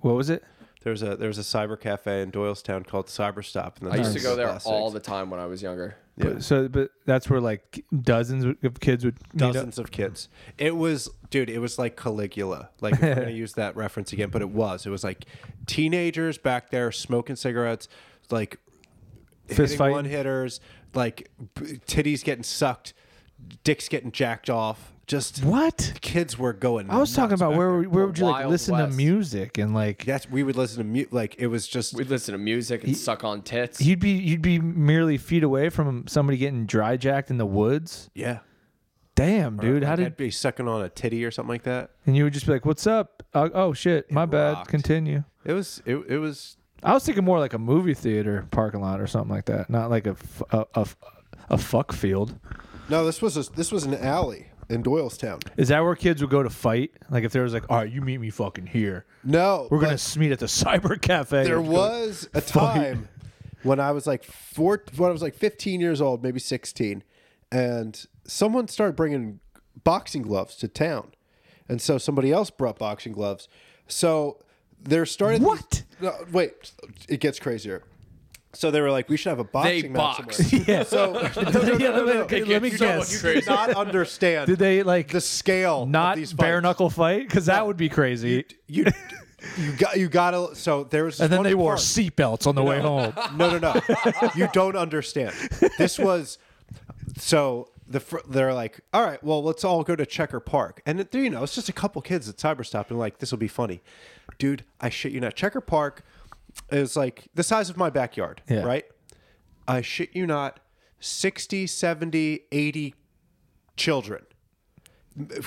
S2: What was it?
S3: There's a there's a cyber cafe in Doylestown called Cyber Stop. And
S1: I used to go there all the time when I was younger.
S2: But- so, but that's where like dozens of kids would meet up.
S3: dozens of kids. It was, dude, it was like Caligula. Like, if I'm going to use that reference again, but it was. It was like teenagers back there smoking cigarettes, like
S2: Fist fighting.
S3: one hitters, like b- titties getting sucked, dicks getting jacked off. Just
S2: What?
S3: kids were going.
S2: I was talking
S3: nuts
S2: about
S3: back
S2: where
S3: there.
S2: where would you like
S1: Wild
S2: listen to
S1: West.
S2: music and like
S3: That's we would listen to mute. Like it was just
S1: We'd listen to music and suck on tits.
S2: you'd be you'd be merely feet away from somebody getting dry jacked in the woods.
S3: yeah.
S2: Damn, dude, how
S3: Like,
S2: did
S3: I'd be sucking on a titty or something like that?
S2: and you would just be like, "What's up? Uh, oh shit, my bad."
S3: rocked.
S2: Continue.
S3: It was it, it was
S2: I was thinking more like a movie theater parking lot or something like that, not like a f- a, a f- a fuck field.
S3: no. This was a, this was an alley in Doylestown.
S2: Is that where kids would go to fight? Like if there was like, "All right, you meet me fucking here.
S3: No,
S2: We're gonna
S3: but-
S2: s- meet at the cyber cafe."
S3: there
S2: Let's go.
S3: was a time when I was like four, when I was like 15 years old, maybe 16, and someone started bringing boxing gloves to town, and so somebody else brought boxing gloves. So there started
S2: What?
S3: No, wait, it gets crazier. So they were like, we should have a boxing
S1: They
S3: match
S1: box.
S3: somewhere.
S2: yeah.
S3: So
S2: Yeah, let me-
S1: It
S2: let me
S1: gets so
S2: guess.
S1: much
S3: you do
S1: crazier.
S3: not understand.
S2: Did they like
S3: the scale? of
S2: not
S3: these
S2: bare
S3: fights.
S2: knuckle fight? Because that would be crazy.
S3: You, you got you got to. So there was. this
S2: and then
S3: one
S2: they wore
S3: park.
S2: seatbelts on the way home.
S3: No, no, no. you don't understand. This was so the fr- they're like, all right, well, let's all go to Checker Park, and it, you know, it's just a couple kids at Cyberstop, and like this will be funny, dude. I shit you not, Checker Park is like the size of my backyard,
S2: Yeah.
S3: right? I shit you not, 60, 70, 80 children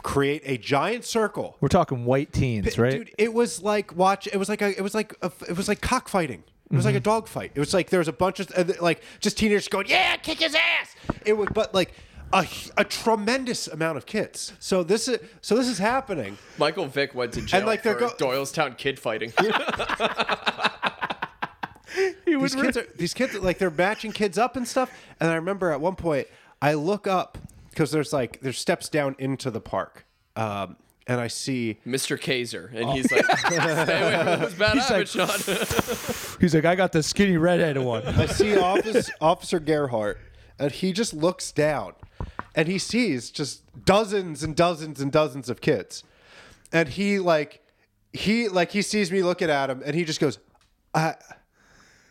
S3: create a giant circle.
S2: We're talking white teens, right?
S3: Dude, it was like watch. It was like a. It was like a, It was like cockfighting. It was like a dog fight. It was like there was a bunch of uh, like just teenagers going, "Yeah, kick his ass." It was, but like a, a tremendous amount of kids. So this is so this is happening.
S1: Michael Vick went to jail
S3: And, like,
S1: for
S3: they're go-
S1: Doylestown kid fighting.
S3: These kids are these kids are, like they're matching kids up and stuff. And I remember at one point I look up because there's like there's steps down into the park, um, and I see
S1: Mr. Kaiser, and
S3: Oh.
S1: he's like, "Stay away from this bad
S2: He's like-
S1: habit, Sean."
S2: He's like, I got the skinny redheaded
S3: I
S2: one.
S3: see office, Officer Gerhart, and he just looks down, and he sees just dozens and dozens and dozens of kids, and he like, he like he sees me looking at him, and he just goes, I,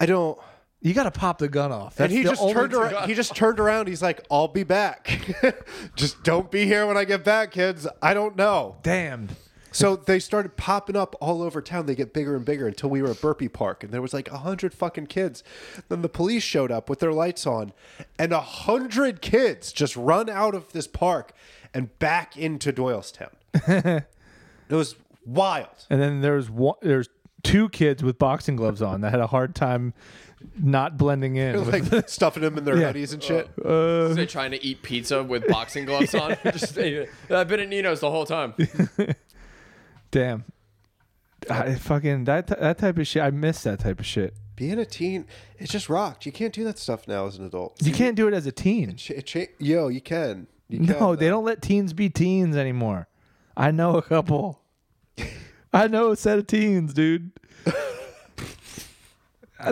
S3: I don't.
S2: You got to pop the gun off.
S3: And
S2: That's
S3: he
S2: the
S3: just
S2: only
S3: turned
S2: time-
S3: around. He just turned around. He's like, "I'll be back. just don't be here when I get back, kids. I don't know."
S2: Damned.
S3: So they started popping up all over town. They get bigger and bigger until we were at Burpee Park, and there was like a hundred fucking kids. Then the police showed up with their lights on, and a hundred kids just run out of this park and back into Doylestown. it was wild.
S2: And then there's one. There's two kids with boxing gloves on that had a hard time not blending in. with-
S3: Like stuffing them in their hoodies and shit.
S1: So they're trying to eat pizza with boxing gloves on. Just, I've been at Nino's the whole time.
S2: Damn. I fucking that that type of shit. I miss that type of shit.
S3: being a teen, it just rocked. You can't do that stuff now as an adult.
S2: You can't do it as a teen.
S3: Ch- it cha- Yo, you can. You can,
S2: No,
S3: though.
S2: they don't let teens be teens anymore. I know a couple. I know a set of teens, dude.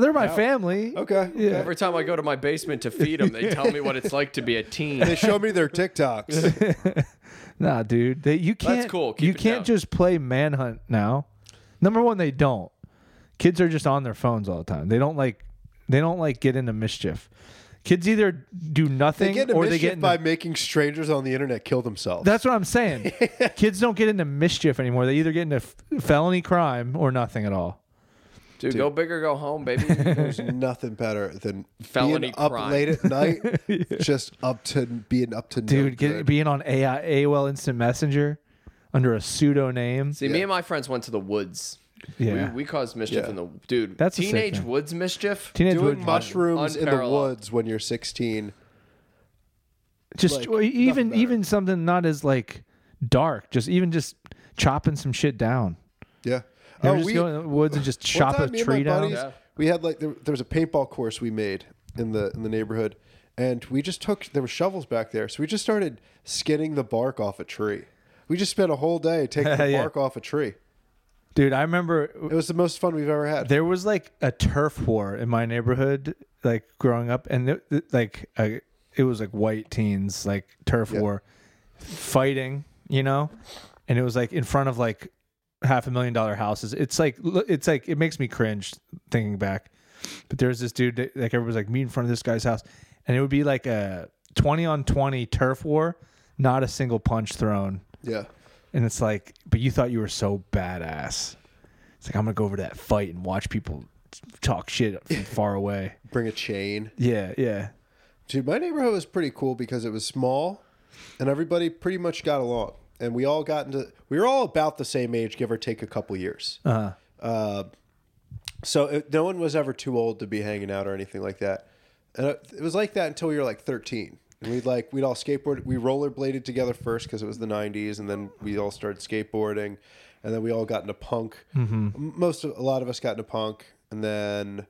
S2: They're my family.
S3: Okay.
S2: Yeah.
S1: Every time I go to my basement to feed them, they tell me what it's like to be a
S3: They
S1: teen.
S3: show me their TikToks.
S2: Nah, dude. They, you can't.
S1: cool. Keep
S2: you
S1: it
S2: can't
S1: down.
S2: just play manhunt now. Number one, they don't. Kids are just on their phones all the time. They don't like. They don't like get into mischief. Kids either do nothing
S3: They get into
S2: or
S3: mischief
S2: they get into.
S3: by making strangers on the internet kill themselves.
S2: that's what I'm saying. Kids don't get into mischief anymore. They either get into f- felony crime or nothing at all.
S1: Dude, go big or go home, baby.
S3: There's nothing better than
S1: Felony
S3: being up
S1: crime.
S3: late at night, just up to being up to no
S2: dude get,
S3: good.
S2: being on AI, AOL Instant Messenger under a pseudo name.
S1: See, me and my friends went to the woods.
S2: yeah,
S1: We, we caused mischief
S3: Yeah.
S1: in the dude.
S2: That's a sick
S1: teenage
S2: thing.
S1: woods mischief.
S2: teenage
S3: doing
S2: would
S3: mushrooms in the
S1: Unparalleled.
S3: woods when you're 16.
S2: just
S3: like,
S2: or even
S3: nothing
S2: even something not as like dark. Just even just chopping some shit down.
S3: Yeah.
S2: You ever just go in the woods and just
S3: Oh, One
S2: chop a
S3: time, me and my
S2: tree down.
S3: buddies, We had like there, there was a paintball course we made in the in the neighborhood, and we just took there were shovels back there, so we just started skinning the bark off a tree. We just spent a whole day taking the
S2: Yeah.
S3: bark off a tree.
S2: Dude, I remember
S3: It was the most fun we've ever had.
S2: there was like a turf war in my neighborhood, like growing up, and it, it- like uh, it was like white teens, like turf war, fighting, you know, and it was like in front of like half a million dollar houses. It's like it's like it makes me cringe thinking back. But there was this dude that, like everyone was like meet in front of this guy's house, and it would be like a twenty on twenty turf war, not a single punch thrown.
S3: Yeah.
S2: And it's like, but you thought you were so badass. It's like I'm gonna go over to that fight and watch people talk shit from far away.
S3: Bring a chain.
S2: Yeah, yeah.
S3: Dude, my neighborhood was pretty cool because it was small and everybody pretty much got along. And we all got into, we were all about the same age, give or take a couple years. Uh-huh. so it, no one was ever too old to be hanging out or anything like that. And it, it was like that until we were like 13. And we'd like, we'd all skateboard, we rollerbladed together first because it was the 90s. And then we all started skateboarding. And then we all got into punk. M- Most of, a lot of us got into punk. And then,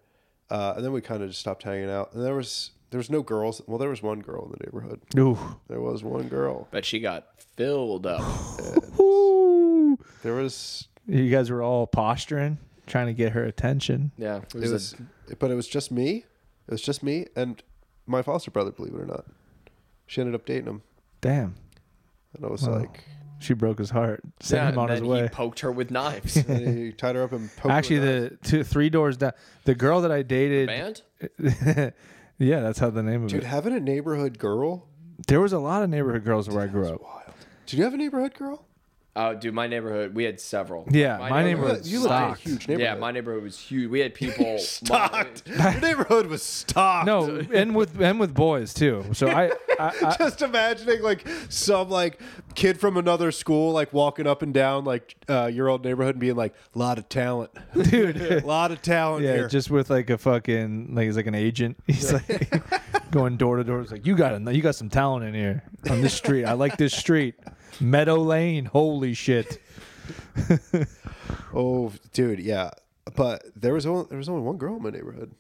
S3: uh, and then we kind of just stopped hanging out. And there was, there was no girls. Well, there was one girl in the neighborhood.
S2: Ooh.
S3: There was one girl.
S1: But she got filled up.
S2: Ooh.
S3: There was
S2: You guys were all posturing, trying to get her attention.
S1: Yeah, it was,
S3: it
S1: a-
S3: was, but it was just me. It was just me and my foster brother. Believe it or not, she ended up dating him,
S2: Damn.
S3: and I was
S2: Wow.
S3: like,
S2: She broke his heart. Sent
S1: yeah,
S2: him on
S1: and
S2: his
S1: then
S2: way.
S1: He poked her with knives.
S3: and he tied her up and poked her
S2: Actually,
S3: in
S2: the two, three doors down, the girl that I dated.
S1: Band?
S2: yeah, that's how the name of
S3: dude
S2: it.
S3: having a neighborhood girl.
S2: There was a lot of neighborhood girls where I grew up.
S3: Did you have a neighborhood girl?
S1: Oh, dude, my neighborhood. We had several.
S2: Yeah, my
S3: You
S2: neighborhood
S3: lived- you lived in a
S2: sucked.
S3: huge
S1: Yeah,
S3: neighborhood.
S1: my neighborhood was huge. We had people.
S3: Stocked. Your neighborhood was stocked.
S2: No, and with and with boys too. So I, I, I
S3: Just imagining like some like kid from another school like walking up and down like uh, your old neighborhood and being like, "Lot of talent, dude, lot of talent
S2: Yeah,
S3: here."
S2: just with like a fucking like he's like an agent. He's like going door to door. It's like you got a, you got some talent in here on this street. I like this street, Meadow Lane. Holy shit!
S3: Oh, dude, yeah. But there was only there was only one girl in my neighborhood,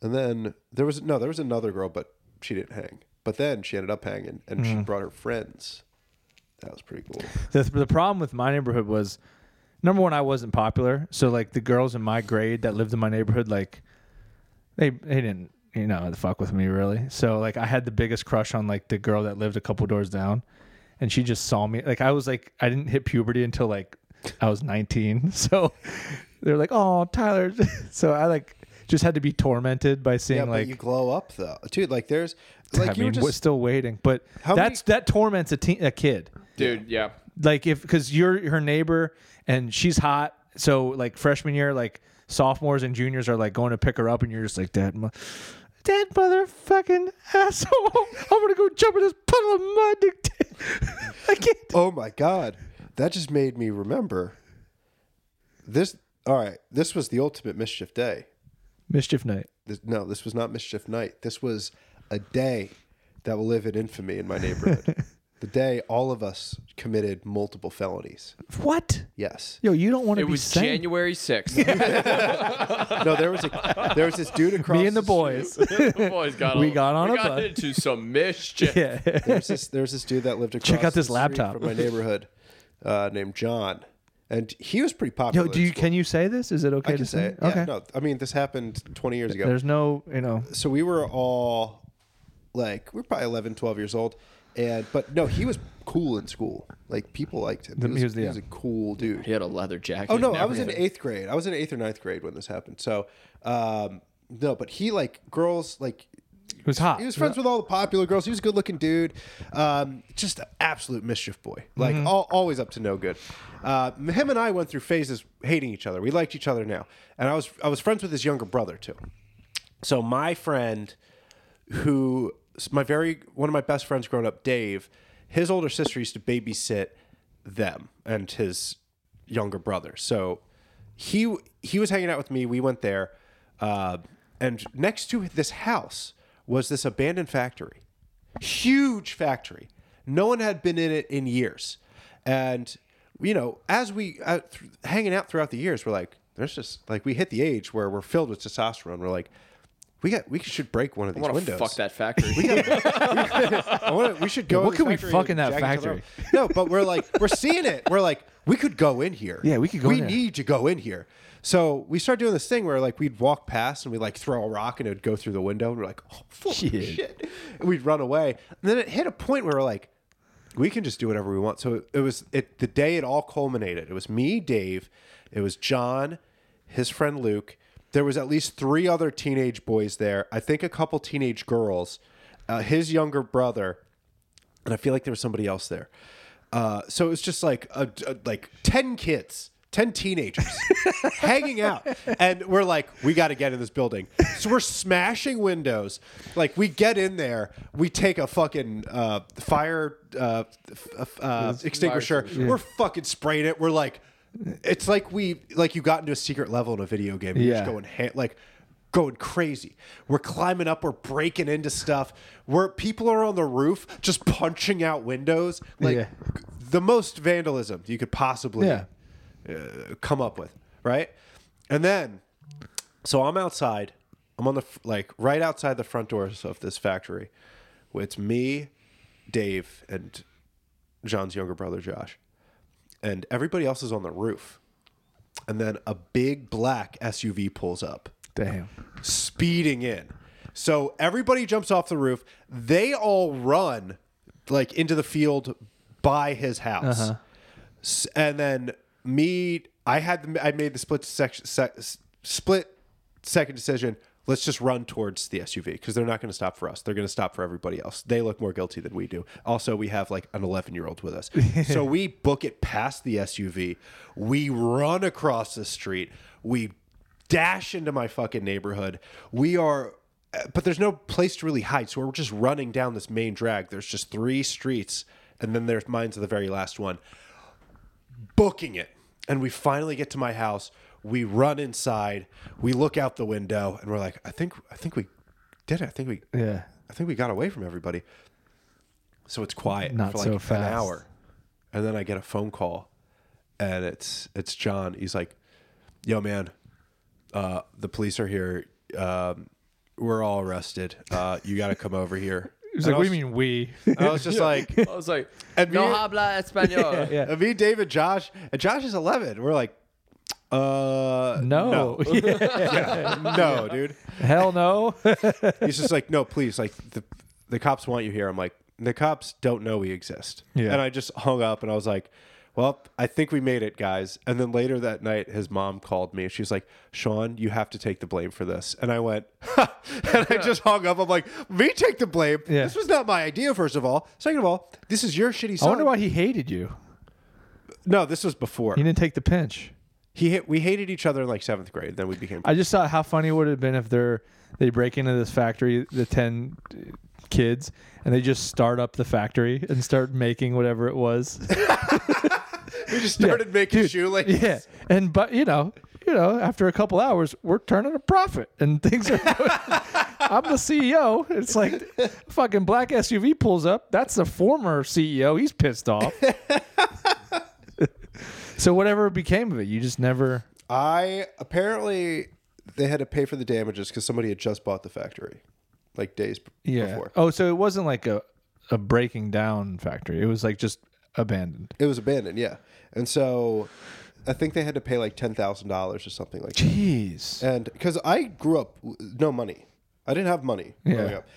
S3: and then there was no there was another girl, but she didn't hang. But then she ended up hanging, and she brought her friends. That was pretty cool.
S2: The the problem with my neighborhood was number one, I wasn't popular. So like the girls in my grade that lived in my neighborhood, like they they didn't you know fuck with me really. So like I had the biggest crush on like the girl that lived a couple doors down, and she just saw me. Like I was like I didn't hit puberty until like I was 19. So they're like, oh Tyler. So I like just had to be tormented by seeing
S3: Yeah,
S2: like.
S3: but you glow up though, dude. Like there's like
S2: I
S3: you were
S2: mean, we're
S3: just
S2: still waiting, but
S3: How many-
S2: that's that torments a, teen, a kid
S1: Dude, yeah.
S2: like if because you're her neighbor and she's hot so like freshman year like sophomores and juniors are like going to pick her up and you're just like that mo- that motherfucking asshole i'm gonna go jump in this puddle of mud i can't
S3: oh my god, that just made me remember. This all right. This was the ultimate mischief day.
S2: mischief night
S3: This, no, this was not mischief night. This was a day that will live in infamy in my neighborhood. the day all of us committed multiple felonies.
S2: What?
S3: Yes.
S2: Yo, you don't want
S1: It
S2: to be
S1: was
S2: saying
S1: January 6th.
S3: No, there was a there was this dude across
S2: me and the
S3: street-
S2: boys.
S1: The boys got
S2: We got on
S1: we
S2: a
S1: got
S2: bus.
S1: into some mischief.
S2: yeah.
S3: There's this there's this dude that lived across
S2: out this
S3: the street
S2: laptop.
S3: from my neighborhood uh, named John, and he was pretty popular.
S2: Yo, do
S3: in
S2: you
S3: school.
S2: can you say this? Is it okay to
S3: I can say it? Yeah,
S2: okay.
S3: no, I mean this happened 20 years ago.
S2: There's no, you know,
S3: so we were all like we are probably 11 12 years old and but no he was cool in school like people liked him he was,
S2: he was the-
S3: he was a cool dude
S1: He had a leather jacket.
S3: oh no
S1: and
S3: i was in
S1: everything.
S3: eighth grade i was in eighth or ninth grade when this happened so um no but he like girls like
S2: it was hot.
S3: he was friends with all the popular girls. He was a good looking dude. Um, just an absolute mischief boy. Like,
S2: Mm-hmm.
S3: al always up to no good. Uh, him and I went through phases hating each other. We liked each other now. And I was, I was friends with his younger brother, too. So, my friend, who, my very, one of my best friends growing up, Dave, his older sister used to babysit them and his younger brother. So, he he was hanging out with me. We went there, uh, and next to this house was this abandoned factory, huge factory. No one had been in it in years, and you know, as we uh, th- hanging out throughout the years, we're like, there's just like we hit the age where we're filled with testosterone. We're like, we got we should break one of these
S1: I want to
S3: windows.
S1: fuck that factory.
S3: I wanna, we should go.
S2: What
S3: in the
S2: could we
S3: factory
S2: fuck in
S3: and
S2: that
S3: jack each other
S2: factory?
S3: up. No, but we're like, we're seeing it. We're like, we could go in here.
S2: Yeah, we could go
S3: We
S2: in there.
S3: need to go in here. So we start doing this thing where like we'd walk past and we'd like throw a rock and it would go through the window and we're like, oh fuck
S2: Shit.
S3: shit. And we'd run away. And then it hit a point where we're like, we can just do whatever we want. So it, it was it the day it all culminated. It was me, Dave, it was John, his friend Luke. There was at least three other teenage boys there. I think a couple teenage girls, uh, his younger brother, and I feel like there was somebody else there. Uh, so it was just like a, a- like ten kids, ten teenagers hanging out, and we're like, we got to get in this building. So we're smashing windows. Like we get in there, we take a fucking uh, fire uh, f- f- uh, extinguisher. We're fucking spraying it. We're like, it's like we like you got into a secret level in a video game. You're just
S2: Yeah.
S3: going ha- like going crazy. We're climbing up, we're breaking into stuff. We're people are on the roof just punching out windows. Like
S2: Yeah.
S3: the most vandalism you could possibly
S2: Yeah.
S3: uh, come up with, right? And then so I'm outside. I'm on the f- like right outside the front doors of this factory. It's me, Dave, and John's younger brother Josh. And everybody else is on the roof. And then a big black SUV pulls up
S2: Damn.
S3: speeding in. So everybody jumps off the roof. They all run like into the field by his house, S- and then me, I had the, I made the split sec, sec, split second decision. Let's just run towards the SUV because they're not going to stop for us. They're going to stop for everybody else. They look more guilty than we do. Also, we have like an 11 year old with us. so we book it past the SUV. We run across the street. We dash into my fucking neighborhood. We are, eh, but there's no place to really hide. So we're just running down this main drag. There's just three streets, and then there's mine's the very last one. Booking it. And we finally get to my house. We run inside. We look out the window, and we're like, I think, I think we did it. I think we,
S2: Yeah.
S3: I think we got away from everybody. So it's quiet
S2: Not
S3: for like
S2: so
S3: an
S2: fast.
S3: hour. And then I get a phone call and it's it's John. He's like, "Yo man, uh the police are here. Um we're all arrested. Uh you got to come over here."
S2: He was
S3: And
S2: like,
S3: I
S2: "What
S3: was-
S2: do you mean we?"
S3: I was just like,
S1: I was like,
S3: And
S1: no
S3: me-
S1: habla español.
S2: Yeah.
S3: and me, David, Josh, and Josh is 11. We're like, uh,
S2: No. Yeah.
S3: no, dude.
S2: Hell no.
S3: He's just like, no, please, like the the cops want you here. I'm like, the cops don't know we exist.
S2: Yeah.
S3: And I just hung up and I was like, well, I think we made it, guys. And then later that night, his mom called me. She's like, Sean, you have to take the blame for this. And I went, and I just hung up. I'm like, me take the blame.
S2: Yeah.
S3: This was not my idea, first of all. Second of all, this is your shitty
S2: I
S3: son.
S2: wonder why he hated you.
S3: No, this was before.
S2: He didn't take the pinch.
S3: He hit, we hated each other in like seventh grade. Then we became.
S2: I just thought how funny it would have been if they're they break into this factory, the ten uh, kids, and they just start up the factory and start making whatever it was.
S3: we just started making shoelaces.
S2: yeah, and but you know, you know, after a couple hours, we're turning a profit and things are. I'm the CEO. It's like fucking black SUV pulls up. That's the former CEO. He's pissed off. so whatever became of it, you just never.
S3: I apparently they had to pay for the damages because somebody had just bought the factory, like days b-
S2: Yeah.
S3: before.
S2: Oh, so it wasn't like a a breaking down factory. It was like just abandoned.
S3: It was abandoned, yeah. And so I think they had to pay like ten thousand dollars or something like. that.
S2: Jeez.
S3: And because I grew up w- no money, I didn't have money growing
S2: Yeah.
S3: up.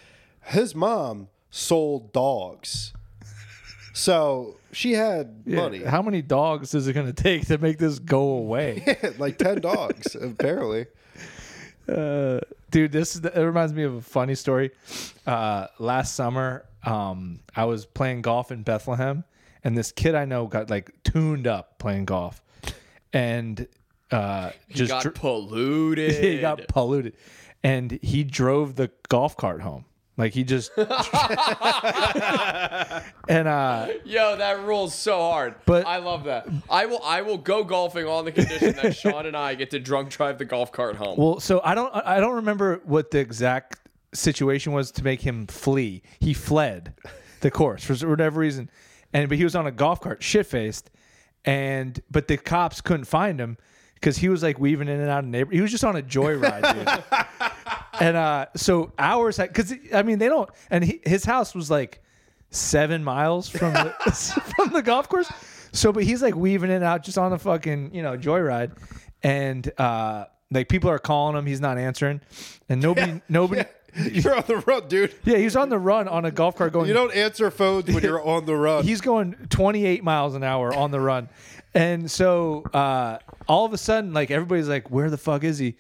S3: His mom sold dogs, so she had money,
S2: How many dogs is it going to take to make this go away?
S3: like ten dogs apparently.
S2: Uh, dude, this is- it reminds me of a funny story. Uh, last summer, um, I was playing golf in Bethlehem, and this kid I know got like tuned up playing golf, and uh, just
S1: got
S2: dr-
S1: polluted.
S2: he got polluted, and he drove the golf cart home. Like he just and uh,
S1: Yo, that rules so hard.
S2: But-
S1: I love that. I will. I will go golfing on the condition that Sean and I get to drunk drive the golf cart home.
S2: Well, so I don't I don't remember what the exact situation was to make him flee. He fled the course for whatever reason, and but he was on a golf cart, shit faced, and but the cops couldn't find him because he was like weaving in and out of neighbor. He was just on a joyride, dude. and uh, so hours because I mean they don't and he, his house was like seven miles from the, from the golf course. So, but he's like weaving it out just on a fucking you know joyride, and uh, like people are calling him, he's not answering, and nobody nobody.
S3: You're on the road, dude.
S2: Yeah, he's on the run on a golf cart going.
S3: You don't answer phones when you're on the road.
S2: he's going 28 miles an hour on the run, and so uh, all of a sudden, like everybody's like, "Where the fuck is he?"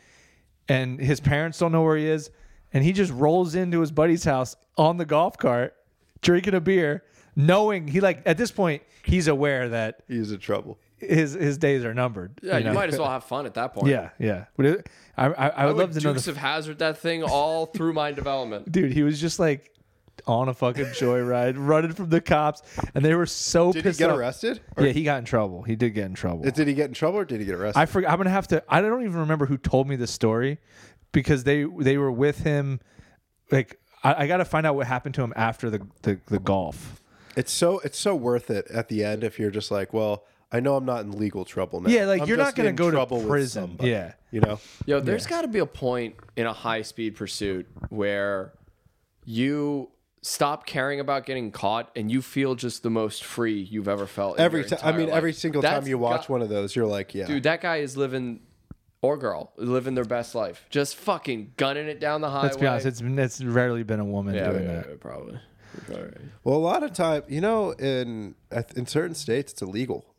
S2: And his parents don't know where he is, and he just rolls into his buddy's house on the golf cart, drinking a beer, knowing he like at this point he's aware that
S3: He's in trouble.
S2: his his days are numbered.
S1: yeah, you
S2: know?
S1: might as well have fun at that point.
S2: Yeah, yeah. Would it- I I, I would
S1: I
S2: love
S1: would
S2: to know.
S1: Dukes
S2: The,
S1: of Hazard that thing all through my development.
S2: dude, he was just like on a fucking joyride, running from the cops, and they were so
S3: Did he
S2: pissed
S3: get
S2: off.
S3: arrested? Or
S2: Yeah, he got in trouble. He did get in trouble.
S3: did he get in trouble or did he get arrested?
S2: I forgot. I'm gonna have to. I don't even remember who told me the story, because they they were with him. Like I, I got to find out what happened to him after the the, the golf.
S3: It's so it's so worth it at the end if you're just like, well, I know I'm not in legal trouble now.
S2: Yeah, like
S3: I'm
S2: you're not
S3: just
S2: gonna
S3: in
S2: go
S3: trouble
S2: to
S3: with
S2: prison.
S3: somebody,"
S2: Yeah,
S3: you know.
S1: Yo, there's got to be a point in a high speed pursuit where you stop caring about getting caught and you feel just the most free you've ever felt. in
S3: Every
S1: your
S3: time, I
S1: entire
S3: mean,
S1: life.
S3: every single
S1: That's
S3: time you watch
S1: got-
S3: one of those, you're like, yeah,
S1: dude, that guy is living or girl living their best life, just fucking gunning it down the highway.
S2: let's be honest. It's it's rarely been a woman
S1: yeah,
S2: doing
S1: yeah,
S2: that.
S1: yeah, probably. Probably.
S3: Well, a lot of time, you know, in at- in certain states, it's illegal.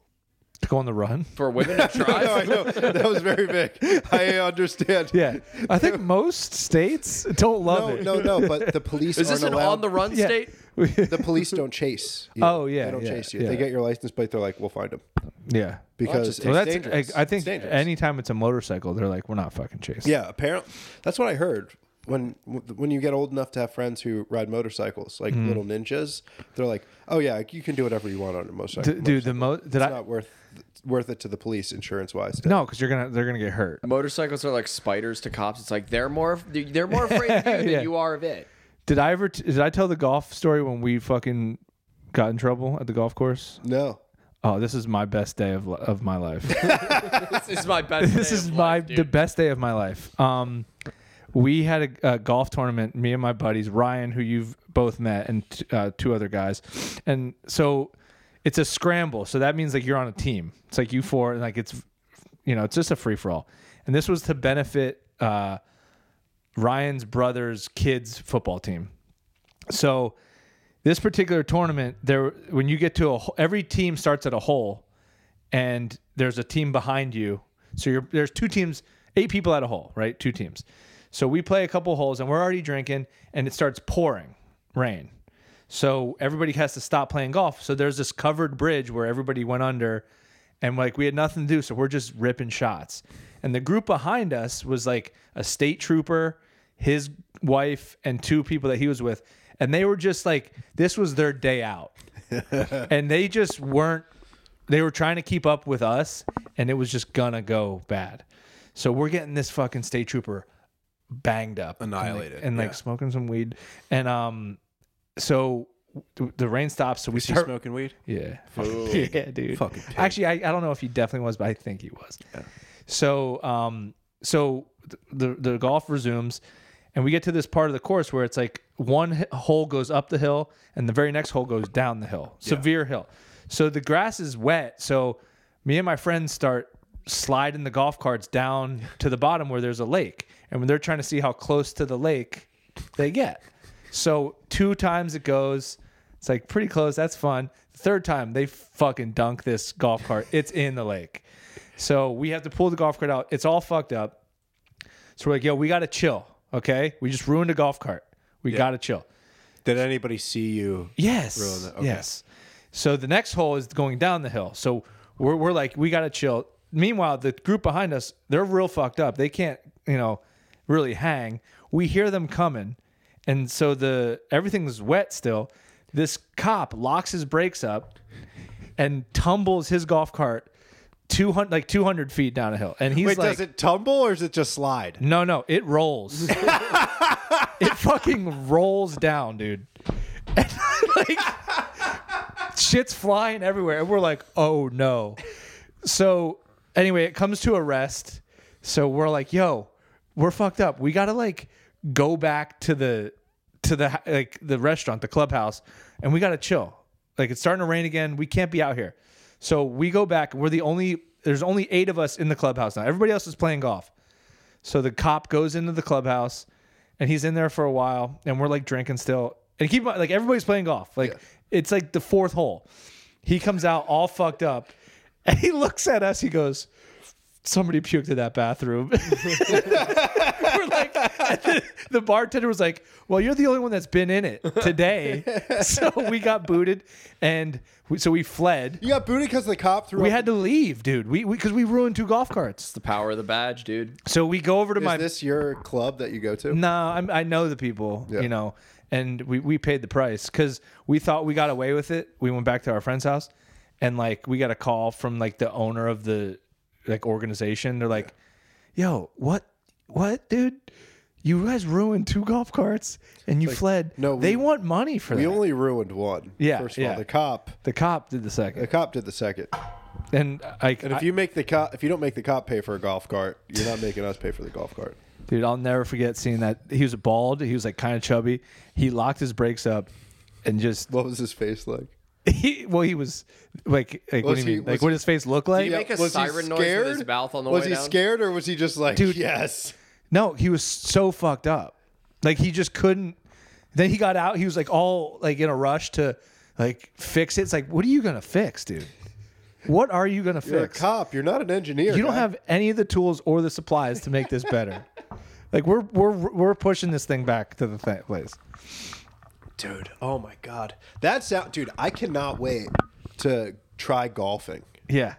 S2: To go on the run.
S1: For women to drive,
S3: No, I know that was very big. I understand.
S2: Yeah, I think most states don't love
S3: No,
S2: it.
S3: no, no. But the police
S1: is this an
S3: aren't allowed.
S1: on the run
S2: Yeah.
S1: state?
S3: The police don't chase. you.
S2: Oh, yeah,
S3: they don't
S2: yeah,
S3: chase you.
S2: yeah.
S3: They get your license plate. They're like, we'll find them
S2: yeah.
S3: because
S1: just-
S3: it's
S2: Well, that's
S3: dangerous.
S2: I, I think
S3: It's dangerous.
S2: anytime it's a motorcycle, they're like, we're not fucking chasing.
S3: Yeah, apparently that's what I heard. When when you get old enough to have friends who ride motorcycles, like
S2: Mm-hmm.
S3: little ninjas, they're like, "Oh yeah, you can do whatever you want on a motorcycle."
S2: D- dude, the mo did
S3: it's
S2: I
S3: not worth worth it to the police insurance wise.
S2: no? Because you're gonna they're gonna get hurt.
S1: Motorcycles are like spiders to cops. It's like they're more they're more afraid of you than
S2: Yeah.
S1: you are of it.
S2: Did I ever t- did I tell the golf story when we fucking got in trouble at the golf course?
S3: no,
S2: Oh, this is my best day of li- of my life.
S1: This is my best.
S2: this
S1: day
S2: is
S1: of
S2: my
S1: life, dude.
S2: the best day of my life. Um, we had a, a golf tournament. Me and my buddies Ryan, who you've both met, and t- uh, two other guys, and so it's a scramble. So that means like you're on a team. It's like you four, and like it's you know it's just a free for all. And this was to benefit uh, Ryan's brother's kids football team. So this particular tournament, there when you get to a ho- every team starts at a hole, and there's a team behind you. So you're there's two teams, eight people at a hole, right? Two teams. So we play a couple holes, and we're already drinking, and it starts pouring rain. So everybody has to stop playing golf. So there's this covered bridge where everybody went under, and like we had nothing to do, so we're just ripping shots. And the group behind us was like a state trooper, his wife, and two people that he was with, and they were just like this was their day out, and they just weren't. They were trying to keep up with us, and it was just gonna go bad. So we're getting this fucking state trooper banged up, and, like-
S4: Annihilated,
S2: and like
S4: yeah.
S2: smoking some weed. And um, so th- the rain stops, so we
S4: Was he
S2: start.
S4: smoking weed?
S2: Yeah.
S1: Ooh.
S2: yeah, dude.
S4: Fucking pig.
S2: Actually, I, I don't know if he definitely was, but I think he was.
S4: Yeah.
S2: So um so th- the the golf resumes and we get to this part of the course where it's like one h- hole goes up the hill and the very next hole goes down the hill. Severe hill. So the grass is wet. So me and my friends start sliding the golf carts down to the bottom where there's a lake. And when they're trying to see how close to the lake they get. So two times it goes. It's like pretty close. That's fun. Third time they fucking dunk this golf cart. It's in the lake. So we have to pull the golf cart out. It's all fucked up. So we're like, yo, we gotta chill. Okay, we just ruined a golf cart. We gotta chill.
S4: Did anybody see you?
S2: Yes.
S4: Ruin it. Okay.
S2: Yes. So the next hole is going down the hill. So we're, we're like, we got to chill. Meanwhile, the group behind us, they're real fucked up. They can't, you know, really hang. We hear them coming. And so the everything's wet still. This cop locks his brakes up and tumbles his golf cart 200 like 200 feet down a hill. And he's
S3: Wait,
S2: like
S3: does it tumble or is it just slide?
S2: no, no, it rolls. it fucking rolls down, dude. And, like shit's flying everywhere, and we're like, oh no. So anyway, it comes to a rest. So we're like, yo, we're fucked up. We gotta like go back to the to the like the restaurant, the clubhouse, and we gotta chill. Like it's starting to rain again. We can't be out here. So we go back. We're the only there's only eight of us in the clubhouse now. Everybody else is playing golf. So the cop goes into the clubhouse and he's in there for a while and we're like drinking still. And keep in mind, like everybody's playing golf. Like it's like the fourth hole. He comes out all fucked up and he looks at us. He goes, Somebody puked in that bathroom. we're like, and the, the bartender was like, Well, you're the only one that's been in it today. so we got booted and we, so we fled.
S3: You got booted because the cop threw.
S2: We
S3: up-
S2: had to leave, dude. We because we, ruined two golf carts.
S1: the power of the badge, dude.
S2: So we go over to
S3: Is
S2: my
S3: this your club that you go to?
S2: No, I'm, I know the people,
S3: Yeah.
S2: you know, and we, we paid the price because we thought we got away with it. We went back to our friend's house and like we got a call from like the owner of the like organization. They're like, yo, what, what, dude? You guys ruined two golf carts and you fled.
S3: no,
S2: they
S3: we-
S2: want money for
S3: We
S2: that.
S3: only ruined one.
S2: Yeah,
S3: First of
S2: yeah.
S3: all, the cop.
S2: the cop did the
S3: The
S2: second.
S3: cop did the second.
S2: And like,
S3: And if you make the cop, if you don't make the cop pay for a golf cart, you're not making us pay for the golf cart.
S2: Dude, I'll never forget seeing that. He was bald. He was like kind of chubby. He locked his brakes up and just
S3: What was his face like?
S2: He well, he was like, like what do you
S3: Was he-
S2: mean? Like
S3: was
S2: what
S3: he-
S2: did his face look like?
S1: he make a
S3: was
S1: siren noise with his
S3: scared?
S1: mouth on the
S3: was
S1: way
S3: he
S1: down?
S3: scared or was he just like,
S2: Dude.
S3: yes?
S2: no, he was so fucked up. Like he just couldn't. Then he got out. He was like all like in a rush to like fix it. It's like, what are you gonna fix, dude? What are you gonna
S3: You're a
S2: fix?
S3: cop. You're not an engineer.
S2: You don't
S3: guy.
S2: have any of the tools or the supplies to make this better. like we're we're we're pushing this thing back to the th- place.
S3: dude. Oh my god, that sound, dude. I cannot wait to try golfing.
S2: Yeah,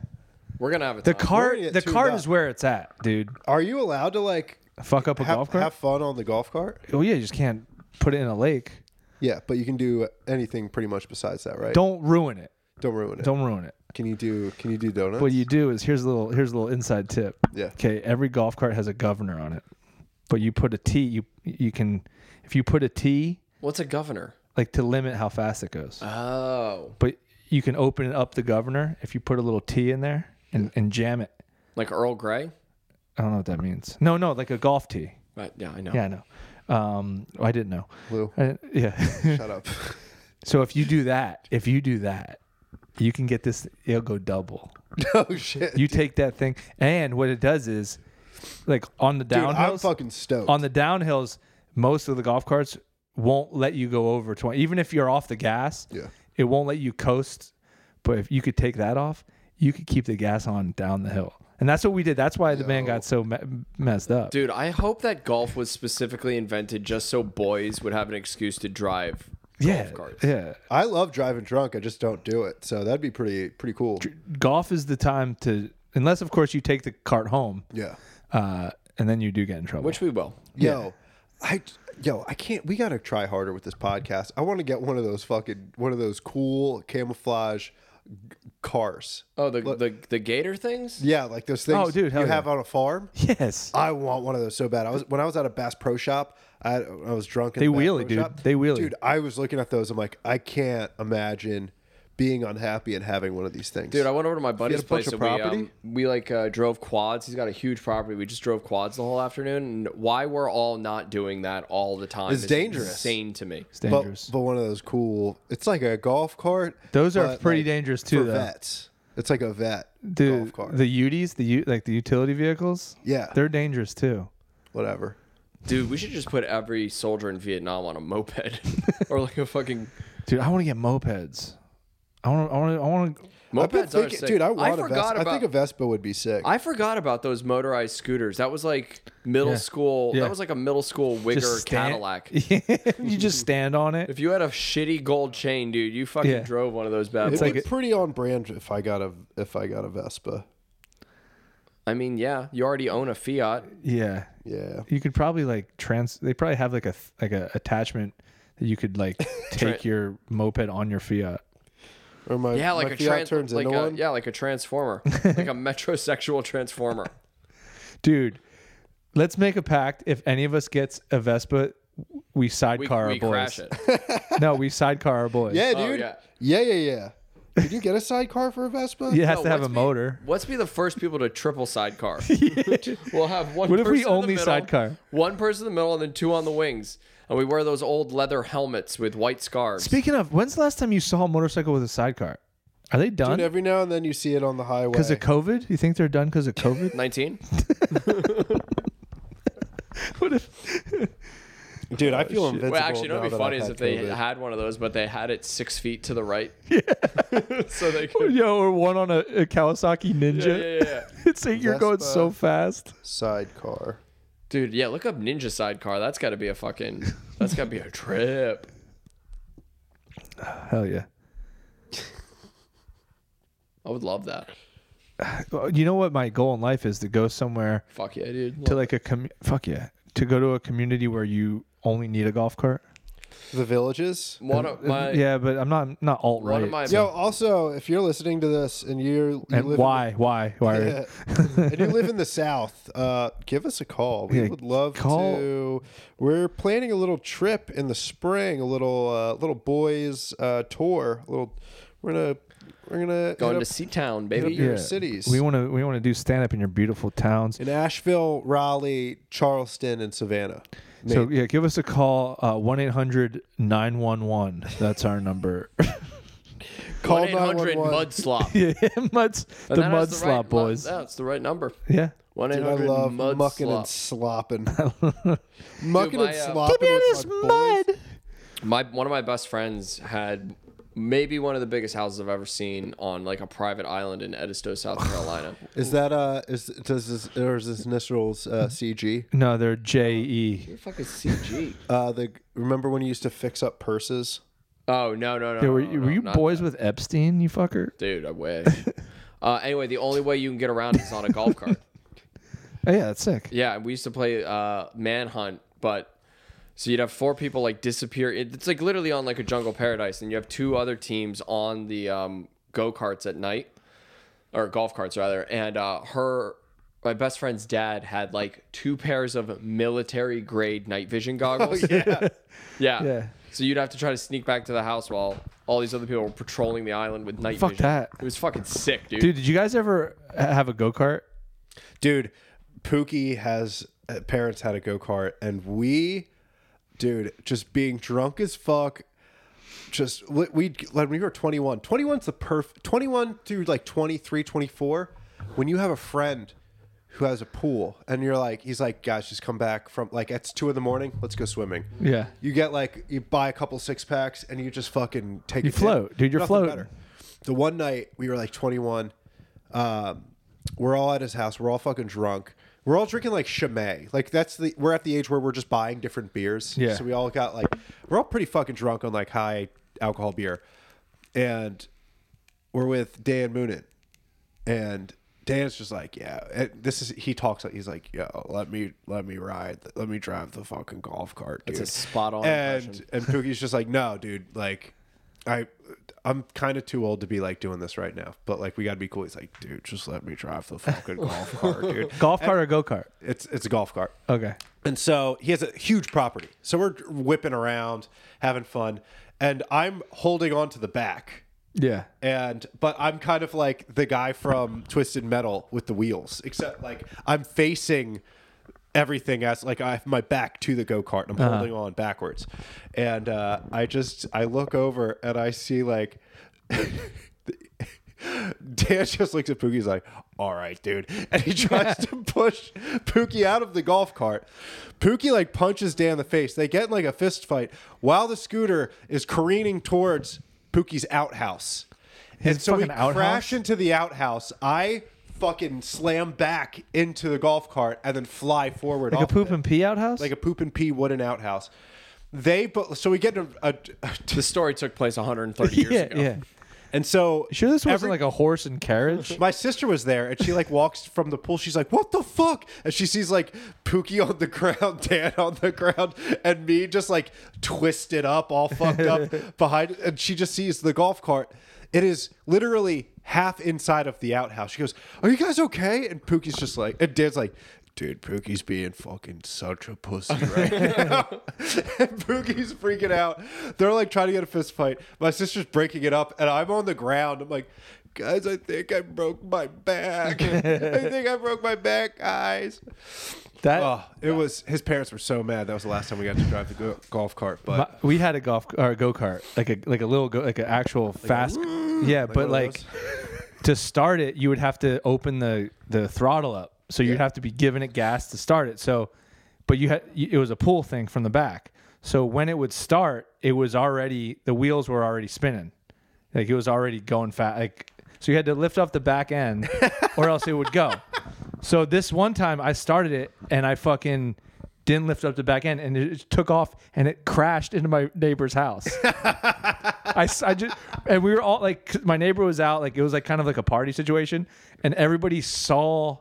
S1: We're gonna have a
S2: the
S1: time.
S2: cart
S3: gonna get
S2: the
S3: tuned
S2: cart
S3: up.
S2: is where it's at, dude.
S3: Are you allowed to like
S2: Fuck up a
S3: have,
S2: golf cart.
S3: have fun on the golf cart?
S2: oh yeah, you just can't put it in a lake.
S3: Yeah, but you can do anything pretty much besides that, right?
S2: Don't ruin it.
S3: don't ruin it.
S2: Don't ruin it.
S3: Can you do? Can you do donuts?
S2: What you do is here's a little here's a little inside tip.
S3: Yeah.
S2: Okay, every golf cart has a governor on it, but you put a T. You you can if you put a T
S1: What's a governor?
S2: like to limit how fast it goes.
S3: Uh.
S1: Oh,
S2: But you can open up the governor if you put a little T in there and, and jam it.
S1: like Earl Grey.
S2: I don't know what that means. No, no, like a golf tee.
S1: Right, yeah, I know.
S2: Yeah, I know. Um, I didn't know.
S3: Lou,
S2: I didn't- yeah.
S3: shut up.
S2: so if you do that, if you do that, you can get this. It'll go double.
S3: oh shit.
S2: You take that thing, and what it does is, like on the
S3: Dude,
S2: downhills,
S3: I'm fucking stoked.
S2: on the downhills, most of the golf carts won't let you go over 20. Even if you're off the gas,
S3: Yeah.
S2: it won't let you coast. But if you could take that off, you could keep the gas on down the hill. And that's what we did. That's why the man got so me- messed up.
S1: Dude, I hope that golf was specifically invented just so boys would have an excuse to drive
S2: yeah.
S1: golf carts.
S2: Yeah.
S3: I love driving drunk. I just don't do it. So that'd be pretty pretty cool.
S2: Golf is the time to, unless, of course, you take the cart home
S3: Yeah.
S2: uh, and then you do get in trouble.
S1: Which we will.
S3: Yo, I yo, I can't. We gotta try harder with this podcast. I want to get one of those fucking one of those cool camouflage cars.
S1: Oh, the the, the gator things.
S3: Yeah, like those things
S2: Oh, dude,
S3: you
S2: hell yeah.
S3: have on a farm.
S2: Yes.
S3: I want one of those so bad. I was when I was at a Bass Pro Shop. I, I was drunk. In
S2: They
S3: the Bass
S2: wheelie,
S3: Pro
S2: dude.
S3: Shop.
S2: They wheelie.
S3: Dude, I was looking at those. I'm like, I can't imagine being unhappy and having one of these things.
S1: Dude, I went over to my buddy's
S3: had a bunch
S1: place. and
S3: of
S1: we, um,
S3: property?
S1: we like uh, drove quads. He's got a huge property. We just drove quads the whole afternoon. And why we're all not doing that all the time
S3: It's
S1: is
S3: dangerous.
S1: Insane to me.
S2: it's
S3: but,
S2: dangerous.
S3: but one of those cool. It's like a golf cart.
S2: Those are
S3: but,
S2: pretty dangerous, too,
S3: For
S2: though.
S3: vets, it's like a vet
S2: the
S3: golf cart.
S2: the UTs, the U, like the utility vehicles.
S3: Yeah.
S2: They're dangerous too.
S3: Whatever.
S1: Dude, we should just put every soldier in Vietnam on a moped or like a fucking
S2: Dude, I want to get mopeds. I want to. I want to. I want to.
S1: mopeds
S3: I've been thinking,
S1: are sick.
S3: dude. I want a
S1: forgot
S3: Vespa.
S1: about
S3: I think a Vespa would be sick.
S1: I forgot about those motorized scooters. That was like middle school.
S2: Yeah.
S1: That was like a middle school wigger Cadillac.
S2: you just stand on it.
S1: If you had a shitty gold chain, dude, you fucking
S2: Yeah.
S1: drove one of those bad
S3: It'd
S1: boys.
S2: like
S3: be
S2: it-
S3: pretty on brand if I got a if I got a Vespa.
S1: I mean, yeah, you already own a Fiat.
S2: Yeah.
S3: Yeah.
S2: You could probably like trans. They probably have like a th- like a attachment that you could like take your moped on your Fiat.
S3: Or my
S1: Yeah, like
S3: my
S1: a
S3: Fiat
S1: trans,
S3: turns
S1: like
S3: into
S1: a,
S3: one.
S1: yeah, like a transformer, like a metrosexual transformer.
S2: Dude, let's make a pact. If any of us gets a Vespa, we
S1: We,
S2: sidecar
S1: we
S2: our boys.
S1: crash it.
S2: No, we sidecar our boys.
S3: Yeah,
S1: Oh,
S3: dude.
S1: yeah.
S3: yeah, yeah, yeah. Could you get a sidecar for a Vespa?
S2: It has
S1: No,
S2: to have a
S1: let's be-
S2: motor.
S1: Let's be the first people to triple sidecar. we'll have one.
S2: What if
S1: person
S2: we
S1: in the
S2: only
S1: middle,
S2: sidecar?
S1: One person in the middle, and then two on the wings, and we wear those old leather helmets with white scarves.
S2: Speaking of, when's the last time you saw a motorcycle with a sidecar? Are they
S3: Dude,
S2: done?
S3: every now and then you see it on the highway.
S2: Because of COVID? You think they're done because of COVID?
S1: Nineteen.
S2: what if
S3: dude, I feel invincible.
S1: Oh, Well, actually, you know
S3: now
S1: what'd be
S3: that I've
S1: funny is
S3: had
S1: if they
S3: COVID.
S1: had one of those, but they had it six feet to the right. so they could.
S2: yo or one on a, a Kawasaki Ninja?
S1: Yeah, yeah, yeah.
S2: it's like you're going so fast.
S3: sidecar.
S1: Dude, yeah, look up Ninja Sidecar. That's got to be a fucking. That's got to be a trip.
S2: Hell yeah.
S1: I would love that.
S2: Well, You know what my goal in life is to go somewhere
S1: Fuck yeah, dude.
S2: to like a com- fuck yeah to go to a community where you only need a golf cart. Uh,
S3: The villages.
S1: One of my
S2: yeah, but I'm not not alt
S1: one
S2: right.
S1: of my
S3: uh, Yo, also, if you're listening to this and you're you live in
S2: and
S3: the-
S2: why, why, why? are-
S3: Yeah. and you live in the South, uh, give us a call. We
S2: Yeah,
S3: would love
S2: call-
S3: to. We're planning a little trip in the spring, a little uh, little boys uh, tour. A little, we're gonna we're gonna
S1: going
S3: hit
S1: to
S3: up
S1: Seatown, baby.
S3: your cities.
S2: We want to we want to do stand up in your beautiful towns.
S3: in Asheville, Raleigh, Charleston, and Savannah.
S2: So yeah, give us a call uh, one 800-911. That's our number.
S1: 1-800
S3: Call 911.
S1: mudslop.
S2: yeah, muds the
S1: And
S2: mud
S1: that's
S2: slop
S1: right,
S2: boys.
S1: That's the right number.
S2: yeah.
S1: One
S3: Dude,
S1: eight
S3: I
S1: hundred
S3: love
S1: mud
S3: mucking and
S1: slop.
S3: slopping. mucking
S1: Dude, my,
S3: and
S1: uh,
S3: slopping. with my boys.
S1: My one of my best friends had maybe one of the biggest houses I've ever seen on like a private island in Edisto, South Carolina.
S3: Is that uh? Is does this or is this initials uh, CG?
S2: No, they're J E.
S1: What the fuck is CG?
S3: Uh, the remember when you used to fix up purses?
S1: Oh no no no.
S2: Were,
S1: no,
S2: you-
S1: no,
S2: were you
S1: not
S2: boys
S1: that.
S2: with Epstein, you fucker?
S1: Dude, I wish. uh, anyway, the only way you can get around is on a golf cart.
S2: Oh, yeah, that's sick.
S1: Yeah, we used to play uh, manhunt, but so you'd have four people like disappear. It- It's like literally on like a jungle paradise, and you have two other teams on the um, go karts at night, or golf carts rather. And uh, her, my best friend's dad had like two pairs of military grade night vision goggles. yeah. yeah,
S2: Oh, Yeah.
S1: So you'd have to try to sneak back to the house while all these other people were patrolling the island with night
S2: Fuck
S1: vision.
S2: that.
S1: It was fucking sick, dude.
S2: Dude, did you guys ever ha- have a go kart?
S3: dude pookie has uh, parents had a go-kart and we dude just being drunk as fuck just we, we like when we were 21 21's the perf 21 to like 23 24 when you have a friend who has a pool and you're like he's like guys just come back from like it's two in the morning let's go swimming
S2: Yeah.
S3: you get like you buy a couple six packs and you just fucking take
S2: You
S3: a dip.
S2: float, dude, you're
S3: Nothing
S2: floating.
S3: The one night we were like 21, um, we're all at his house. We're all fucking drunk. We're all drinking like Chimay. Like that's the we're at the age where we're just buying different beers.
S2: Yeah.
S3: So we all got like we're all pretty fucking drunk on like high alcohol beer, and we're with Dan Moonen, and Dan's just like, yeah, and this is he talks like he's like, yo, let me let me ride, let me drive the fucking golf cart, dude.
S1: It's a spot on.
S3: and
S1: impression.
S3: and Pookie's just like, no, dude, like, I I'm kind of too old to be like doing this right now, but like we got to be cool. He's like, dude, just let me drive the fucking golf cart, dude.
S2: Golf cart or go kart?
S3: It's it's a golf cart.
S2: Okay.
S3: And so he has a huge property. So we're whipping around, having fun, and I'm holding on to the back.
S2: Yeah.
S3: And but I'm kind of like the guy from Twisted Metal with the wheels, except like I'm facing everything as like I have my back to the go kart. I'm holding on backwards, and uh, I just I look over and I see like. Dan just looks at Pookie. He's like, "All right, dude," and he tries to push Pookie out of the golf cart. Pookie like punches Dan in the face. They get in like a fist fight while the scooter is careening towards Pookie's outhouse. and so we
S2: fucking outhouse?
S3: crash into the outhouse. I fucking slam back into the golf cart and then fly forward.
S2: Like a
S3: off of
S2: poop
S3: it.
S2: and pee outhouse?
S3: like a poop and pee wooden outhouse. They but so we get a, a,
S1: The story took place 130 years
S2: yeah,
S1: ago.
S2: yeah.
S3: and so
S2: Sure, this wasn't
S3: every-
S2: like a horse and carriage.
S3: My sister was there, and she like walks from the pool. She's like, "What the fuck?" And she sees like Pookie on the ground, Dan on the ground, and me just like twisted up, all fucked up behind. And she just sees the golf cart. It is literally half inside of the outhouse. She goes, "Are you guys okay?" And Pookie's just like, and Dan's like. Dude, Pookie's being fucking such a pussy right now. and Pookie's freaking out. They're like trying to get a fist fight. My sister's breaking it up, and I'm on the ground. I'm like, guys, I think I broke my back. I think I broke my back, guys.
S2: That
S3: Oh, it was his parents were so mad. That was the last time we got to drive the go- golf cart. But
S2: My- we had a golf or go kart, like a like a little go, like an actual fast. yeah,
S3: one
S2: but
S3: of
S2: like to start it, you would have to open the the throttle up, so you'd have to be giving it gas to start it. So, but you had y- it was a pull thing from the back. So when it would start, it was already the wheels were already spinning, like it was already going fast. Like so, you had to lift off the back end, or else it would go. So this one time I started it and I fucking didn't lift up the back end and it took off and it crashed into my neighbor's house. I, s- I just and we were all like 'cause my neighbor was out like it was like kind of like a party situation and everybody saw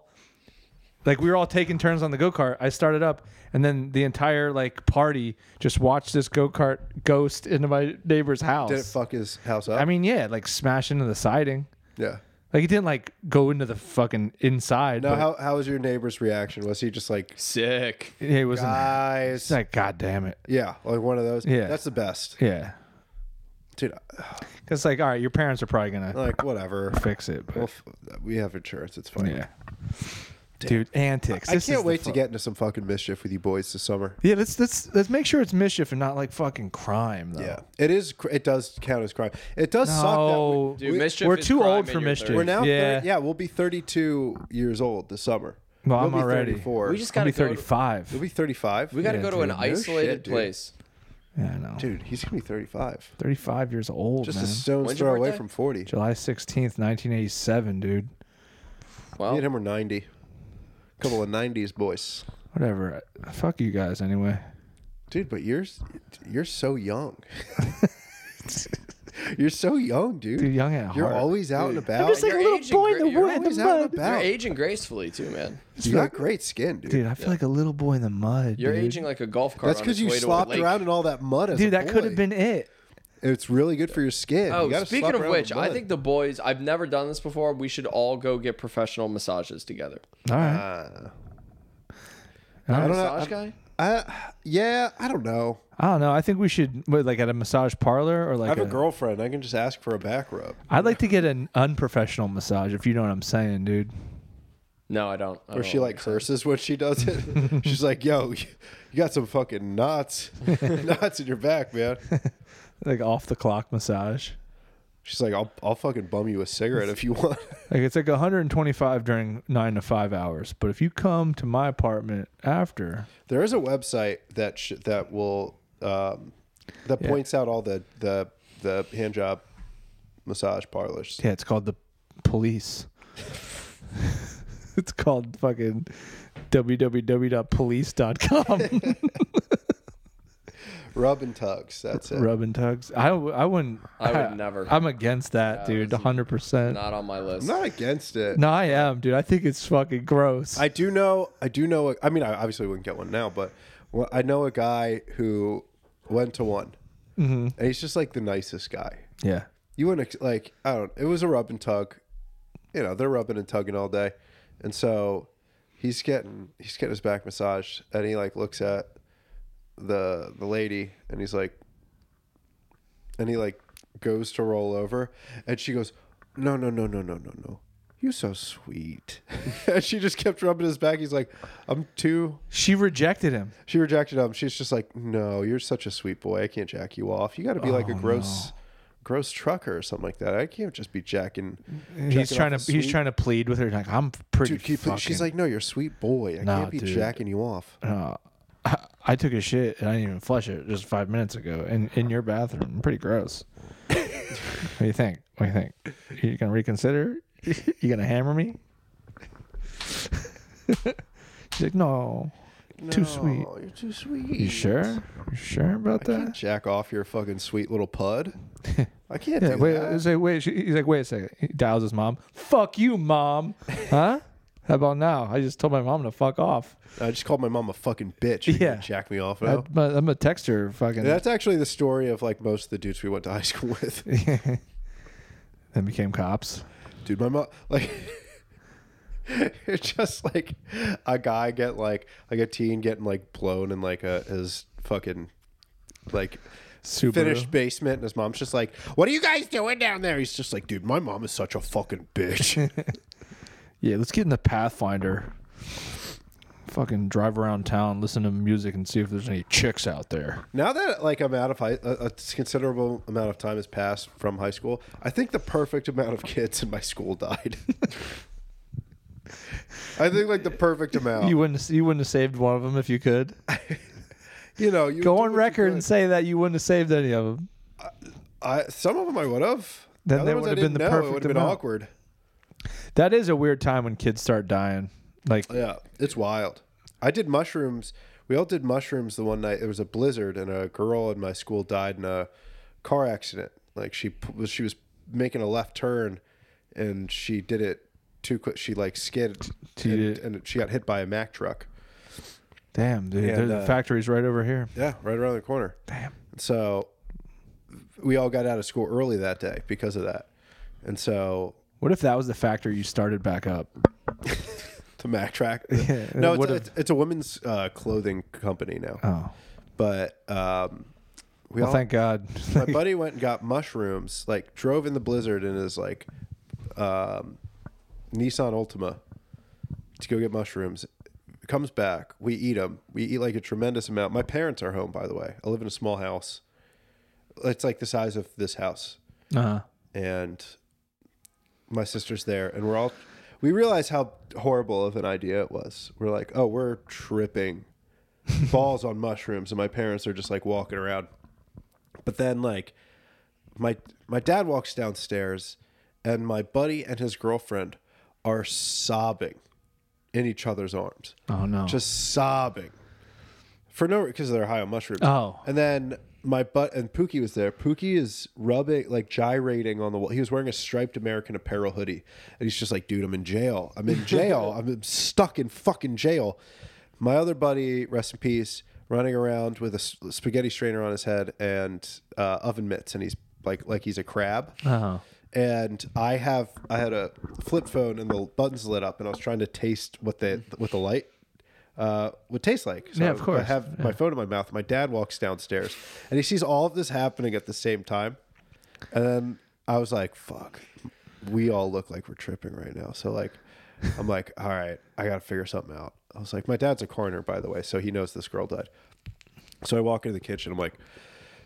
S2: like we were all taking turns on the go-kart. I started up and then the entire like party just watched this go-kart ghost into my neighbor's house.
S3: did it fuck his house up?
S2: I mean, yeah, like smash into the siding.
S3: yeah.
S2: Like it didn't like go into the fucking inside.
S3: Now,
S2: but
S3: how how was your neighbor's reaction? Was he just like,
S1: Sick.
S2: it was not
S3: guys?
S2: It's like, God damn it.
S3: yeah, like one of those.
S2: Yeah.
S3: that's the best,
S2: Yeah.
S3: dude.
S2: It's like, all right, your parents are probably going to
S3: Like whatever.
S2: fix it. But
S3: Well, f- we have insurance. It's fine.
S2: yeah. Dude, antics.
S3: I
S2: This is
S3: can't
S2: the
S3: wait to
S2: fu- Oh.
S3: get into some fucking mischief with you boys this summer.
S2: Yeah, let's let's let's make sure it's mischief and not like fucking crime though.
S3: Yeah, it is. cr- It does count as crime. It does
S2: No,
S3: suck that we,
S1: Dude,
S3: we,
S1: mischief
S2: we're
S1: is
S2: too
S1: crime
S2: old
S1: and
S2: for
S1: you're
S2: mischief.
S1: thirty.
S3: are now.
S2: Yeah.
S3: 30 yeah, we'll be 32 years old this summer.
S2: Well,
S3: we'll
S2: I'm
S3: be
S2: already-
S3: 34.
S1: We just
S2: I'll
S1: gotta
S2: be
S1: go.
S2: thirty
S1: To,
S2: five.
S3: You'll be 35.
S1: we gotta
S2: Yeah,
S1: go to
S2: dude.
S1: an
S2: No
S1: isolated
S3: shit, dude.
S1: place.
S2: Yeah, I know.
S3: dude. He's gonna be 35.
S2: Thirty five years old.
S3: Just
S2: man.
S3: a stone's
S1: When's your
S3: throw away
S1: birthday?
S3: from 40.
S2: July sixteenth, nineteen eighty seven, dude.
S1: Well,
S3: Me and him were 90. Couple of 90s boys.
S2: Whatever. Fuck you guys anyway.
S3: Dude, but you're s- you're so young. you're so young, dude.
S2: Dude, young at
S3: You're
S2: heart.
S3: always out and about.
S2: I'm just like
S1: You're
S2: a little
S1: aging
S2: boy in
S1: gra-
S2: the
S1: you're
S2: wood. in the
S3: always out and
S2: mud.
S3: about.
S1: you're
S3: Wow.
S1: aging gracefully too, man.
S3: you got great skin, dude.
S2: Dude, I feel like a little boy in the mud.
S1: You're
S2: dude.
S1: aging like a golf cart.
S3: That's
S1: because
S3: because you slopped around in all that mud as a
S2: Dude, that could
S3: boy.
S2: have been it.
S3: It's really good for your skin. You
S1: Oh,
S3: gotta
S1: speaking
S3: slop
S1: of
S3: around in
S1: which, I
S3: mud.
S1: think the boys. I've never done this before. We should all go get professional massages together.
S2: All right. All right.
S3: I Uh, don't know.
S1: Massage guy.
S3: I, yeah, I don't know.
S2: I don't know. I think we should what, like at a massage parlor or like
S3: I have a girlfriend. I can just ask for a back rub.
S2: I'd like to get an unprofessional massage if you know what I'm saying, dude.
S1: No, I don't. I
S3: Or
S1: don't
S3: she like curses when she does it. She's like, "Yo, you got some fucking knots, knots in your back, man."
S2: Like off the clock massage.
S3: She's like, "I'll, I'll fucking bum you a cigarette if you want."
S2: Like it's like 125 during 9 to 5 hours, but if you come to my apartment after,
S3: There is a website that sh- that will um, that points out all the the the hand job massage parlors.
S2: yeah, it's called the police. it's called fucking www.police.com.
S3: Rub and tugs. That's it.
S2: Rub and tugs. I, w- I wouldn't
S1: I would never.
S2: I'm against that, dude. 100%.
S1: Not on my list.
S3: I'm not against it.
S2: No, I am, dude. I think it's fucking gross.
S3: I do know. I do know. I mean, I obviously wouldn't get one now, but well, I know a guy who went to one, and he's just like the nicest guy.
S2: yeah.
S3: you wouldn't ex- like. I don't. It was a rub and tug. You know, they're rubbing and tugging all day, and so he's getting he's getting his back massaged, and he like looks at the the lady, and he's like, and he like goes to roll over, and she goes, no no no no no no no. You're so sweet. and she just kept rubbing his back. He's like, I'm too
S2: She rejected him.
S3: she rejected him. She's just like, no, you're such a sweet boy. I can't jack you off. You got to be
S2: Oh,
S3: like a gross, gross trucker or something like that. I can't just be jacking.
S2: he's
S3: jacking
S2: trying to
S3: off a
S2: he's
S3: sweet-
S2: trying to plead with her like I'm pretty
S3: Dude, can you please-
S2: fucking.
S3: she's like, no, you're a sweet boy. I
S2: Nah,
S3: can't be
S2: dude.
S3: jacking you off.
S2: uh, I- I took a shit and I didn't even flush it just five minutes ago in in your bathroom. Pretty gross. what do you think? What do you think? You gonna reconsider? you gonna hammer me? she's like, no, too sweet.
S3: No, you're too sweet.
S2: You sure? You sure about
S3: I can't
S2: that?
S3: jack off your fucking sweet little pud. I can't
S2: Yeah,
S3: do
S2: wait,
S3: that.
S2: it's like, wait. She, he's like, wait a second. He dials his mom. Fuck you, mom. Huh? How about now? I just told my mom to fuck off.
S3: I just called my mom a fucking bitch. You're gonna
S2: Yeah.
S3: jack me off
S2: I,
S3: now.
S2: am gonna text her. Fucking.
S3: That's actually the story of like most of the dudes we went to high school with.
S2: then became cops.
S3: dude my mom like it's just like a guy get like like a teen getting like blown in like a his fucking like
S2: Subaru.
S3: finished basement and his mom's just like what are you guys doing down there he's just like dude my mom is such a fucking bitch
S2: Yeah, let's get in the Pathfinder. Fucking drive around town, listen to music, and see if there's any chicks out there.
S3: now that like i'm out of high a, a considerable amount of time has passed from high school i think the perfect amount of kids in my school died i think like the perfect amount
S2: You
S3: you,
S2: wouldn't. You wouldn't have saved one of them if you could.
S3: know you
S2: Go on
S3: do what you
S2: record
S3: could.
S2: and say that you wouldn't have saved any of them.
S3: I, some of them I would have.
S2: Then
S3: The
S2: they
S3: other ones
S2: would
S3: I
S2: have been
S3: didn't
S2: the
S3: know. It
S2: perfect
S3: would have been
S2: amount.
S3: awkward.
S2: That is a weird time when kids start dying. Like,
S3: Yeah, it's wild. I did mushrooms. We all did mushrooms the one night. It was a blizzard, and a girl in my school died in a car accident. Like she p- was, she was making a left turn, and she did it too quick. She like skidded,
S2: She
S3: and,
S2: did-
S3: and she got hit by a Mack truck.
S2: damn, dude,
S3: Yeah,
S2: there's
S3: the-
S2: the factory's right over here.
S3: Yeah, right around the corner.
S2: Damn.
S3: So we all got out of school early that day because of that, and so
S2: What if that was the factory you started back up?
S3: the Mack track.
S2: it
S3: no, it's,
S2: would've-
S3: it's, it's a women's uh, clothing company now.
S2: Oh,
S3: but um, we
S2: well,
S3: all,
S2: thank God.
S3: my buddy went and got mushrooms. Like drove in the blizzard in his like um, Nissan Ultima to go get mushrooms. Comes back, we eat them. We eat like a tremendous amount. My parents are home, by the way. I live in a small house. It's like the size of this house,
S2: uh,
S3: and my sister's there, and we're all. We realize how horrible of an idea it was. We're like, oh, we're tripping balls on mushrooms and my parents are just like walking around but then like my my dad walks downstairs and my buddy and his girlfriend are sobbing in each other's arms
S2: oh no.
S3: just sobbing for no because they're high on mushrooms
S2: Oh.
S3: and then my butt and Pookie was there. Pookie is rubbing, like gyrating on the wall. He was wearing a striped American Apparel hoodie, and he's just like, "Dude, I'm in jail. I'm in jail. I'm stuck in fucking jail." My other buddy, rest in peace, running around with a s- spaghetti strainer on his head and uh, oven mitts, and he's like, like he's a crab
S2: Uh-huh.
S3: and I have I had a flip phone and the buttons lit up, and I was trying to taste what the what the light uh, would taste like. So
S2: Yeah, of
S3: I
S2: course.
S3: have my phone in my mouth. My dad walks downstairs, and he sees all of this happening at the same time. And then I was like, "Fuck, we all look like we're tripping right now." So like, I'm like, "All right, I got to figure something out." I was like, "My dad's a coroner, by the way, so he knows this girl died." So I walk into the kitchen. I'm like.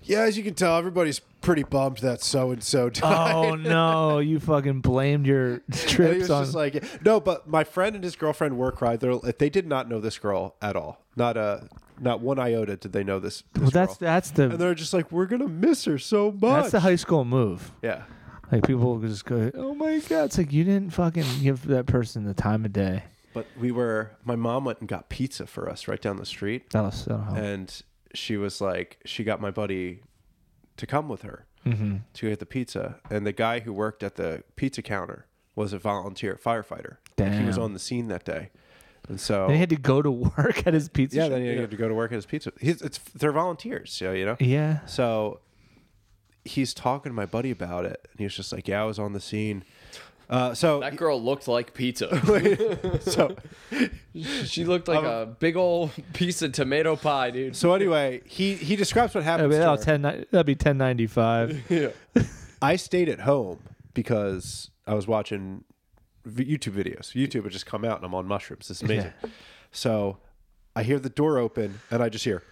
S3: Yeah, as you can tell, everybody's pretty bummed that so and so died.
S2: Oh no, you fucking blamed your
S3: And he
S2: trips
S3: was
S2: on.
S3: just like, no, but my friend and his girlfriend were cried. They're, they did not know this girl at all. Not a, not one iota did they know this. this
S2: well, that's
S3: girl.
S2: that's
S3: and
S2: the
S3: they're just like, we're gonna miss her so much.
S2: that's the high school move.
S3: yeah,
S2: Like people just go, "Oh my god!" It's like you didn't fucking give that person the time of day.
S3: but we were. My mom went and got pizza for us right down the street,
S2: That'll, that'll help.
S3: and she was like, she got my buddy to come with her
S2: Mm-hmm.
S3: to get the pizza, and the guy who worked at the pizza counter was a volunteer firefighter. Like, he was
S2: Damn.
S3: on the scene that day, and so
S2: Then he had to go to work at his pizza.
S3: Oh. Yeah,
S2: shop.
S3: then you have to go to work as pizza. He's, it's they're volunteers, so you know.
S2: yeah.
S3: So he's talking to my buddy about it, and he was just like, "Yeah, I was on the scene." Uh, so
S1: That girl looked like pizza.
S3: so
S1: she looked like a big old piece of tomato pie, dude.
S3: so anyway, he he describes what
S2: I
S3: happened.
S2: mean, that'll 10 that'd be 1095.
S3: I stayed at home because I was watching v- YouTube videos. YouTube had just come out, and I'm on mushrooms. It's amazing. So I hear the door open, and I just hear.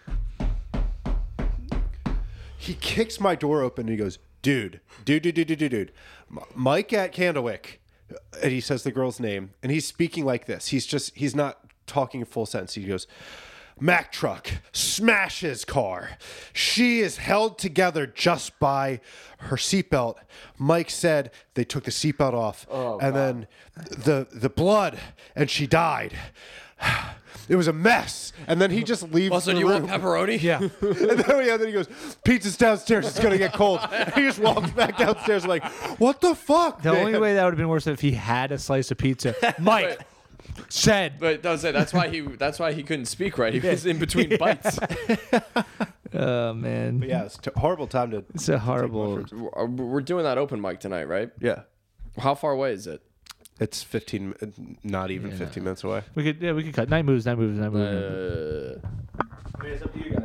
S3: He kicks my door open, and he goes, "Dude, dude, dude, dude, dude, dude, dude, M- Mike at Candlewick," and he says the girl's name, and he's speaking like this. He's just he's not talking in full sense. He goes. Mack truck smashes car. She is held together just by her seatbelt. Mike said they took the seatbelt off, and then the the blood, and she died. It was a mess. And then he just leaves.
S1: Also,
S3: the
S1: do you want
S3: room.
S1: pepperoni?
S2: Yeah.
S3: and then, yeah, then he goes, "Pizza's downstairs. It's gonna get cold." And he just walks back downstairs, like, "What the fuck?"
S2: The
S3: man?"
S2: only way that would have been worse if he had a slice of pizza. Mike said,
S1: But don't say that's why he that's why he couldn't speak right. He was in between bites.
S2: "Oh man,
S3: Yeah, it's a horrible time to.
S2: it's a horrible."
S1: We're uh, we're doing that open mic tonight, right?
S3: Yeah,
S1: How far away is it?
S3: it's fifteen, not even fifteen minutes away. Uh,
S2: We could yeah, we could cut night moves, night moves, night moves.
S1: Uh,
S2: it's up to you guys.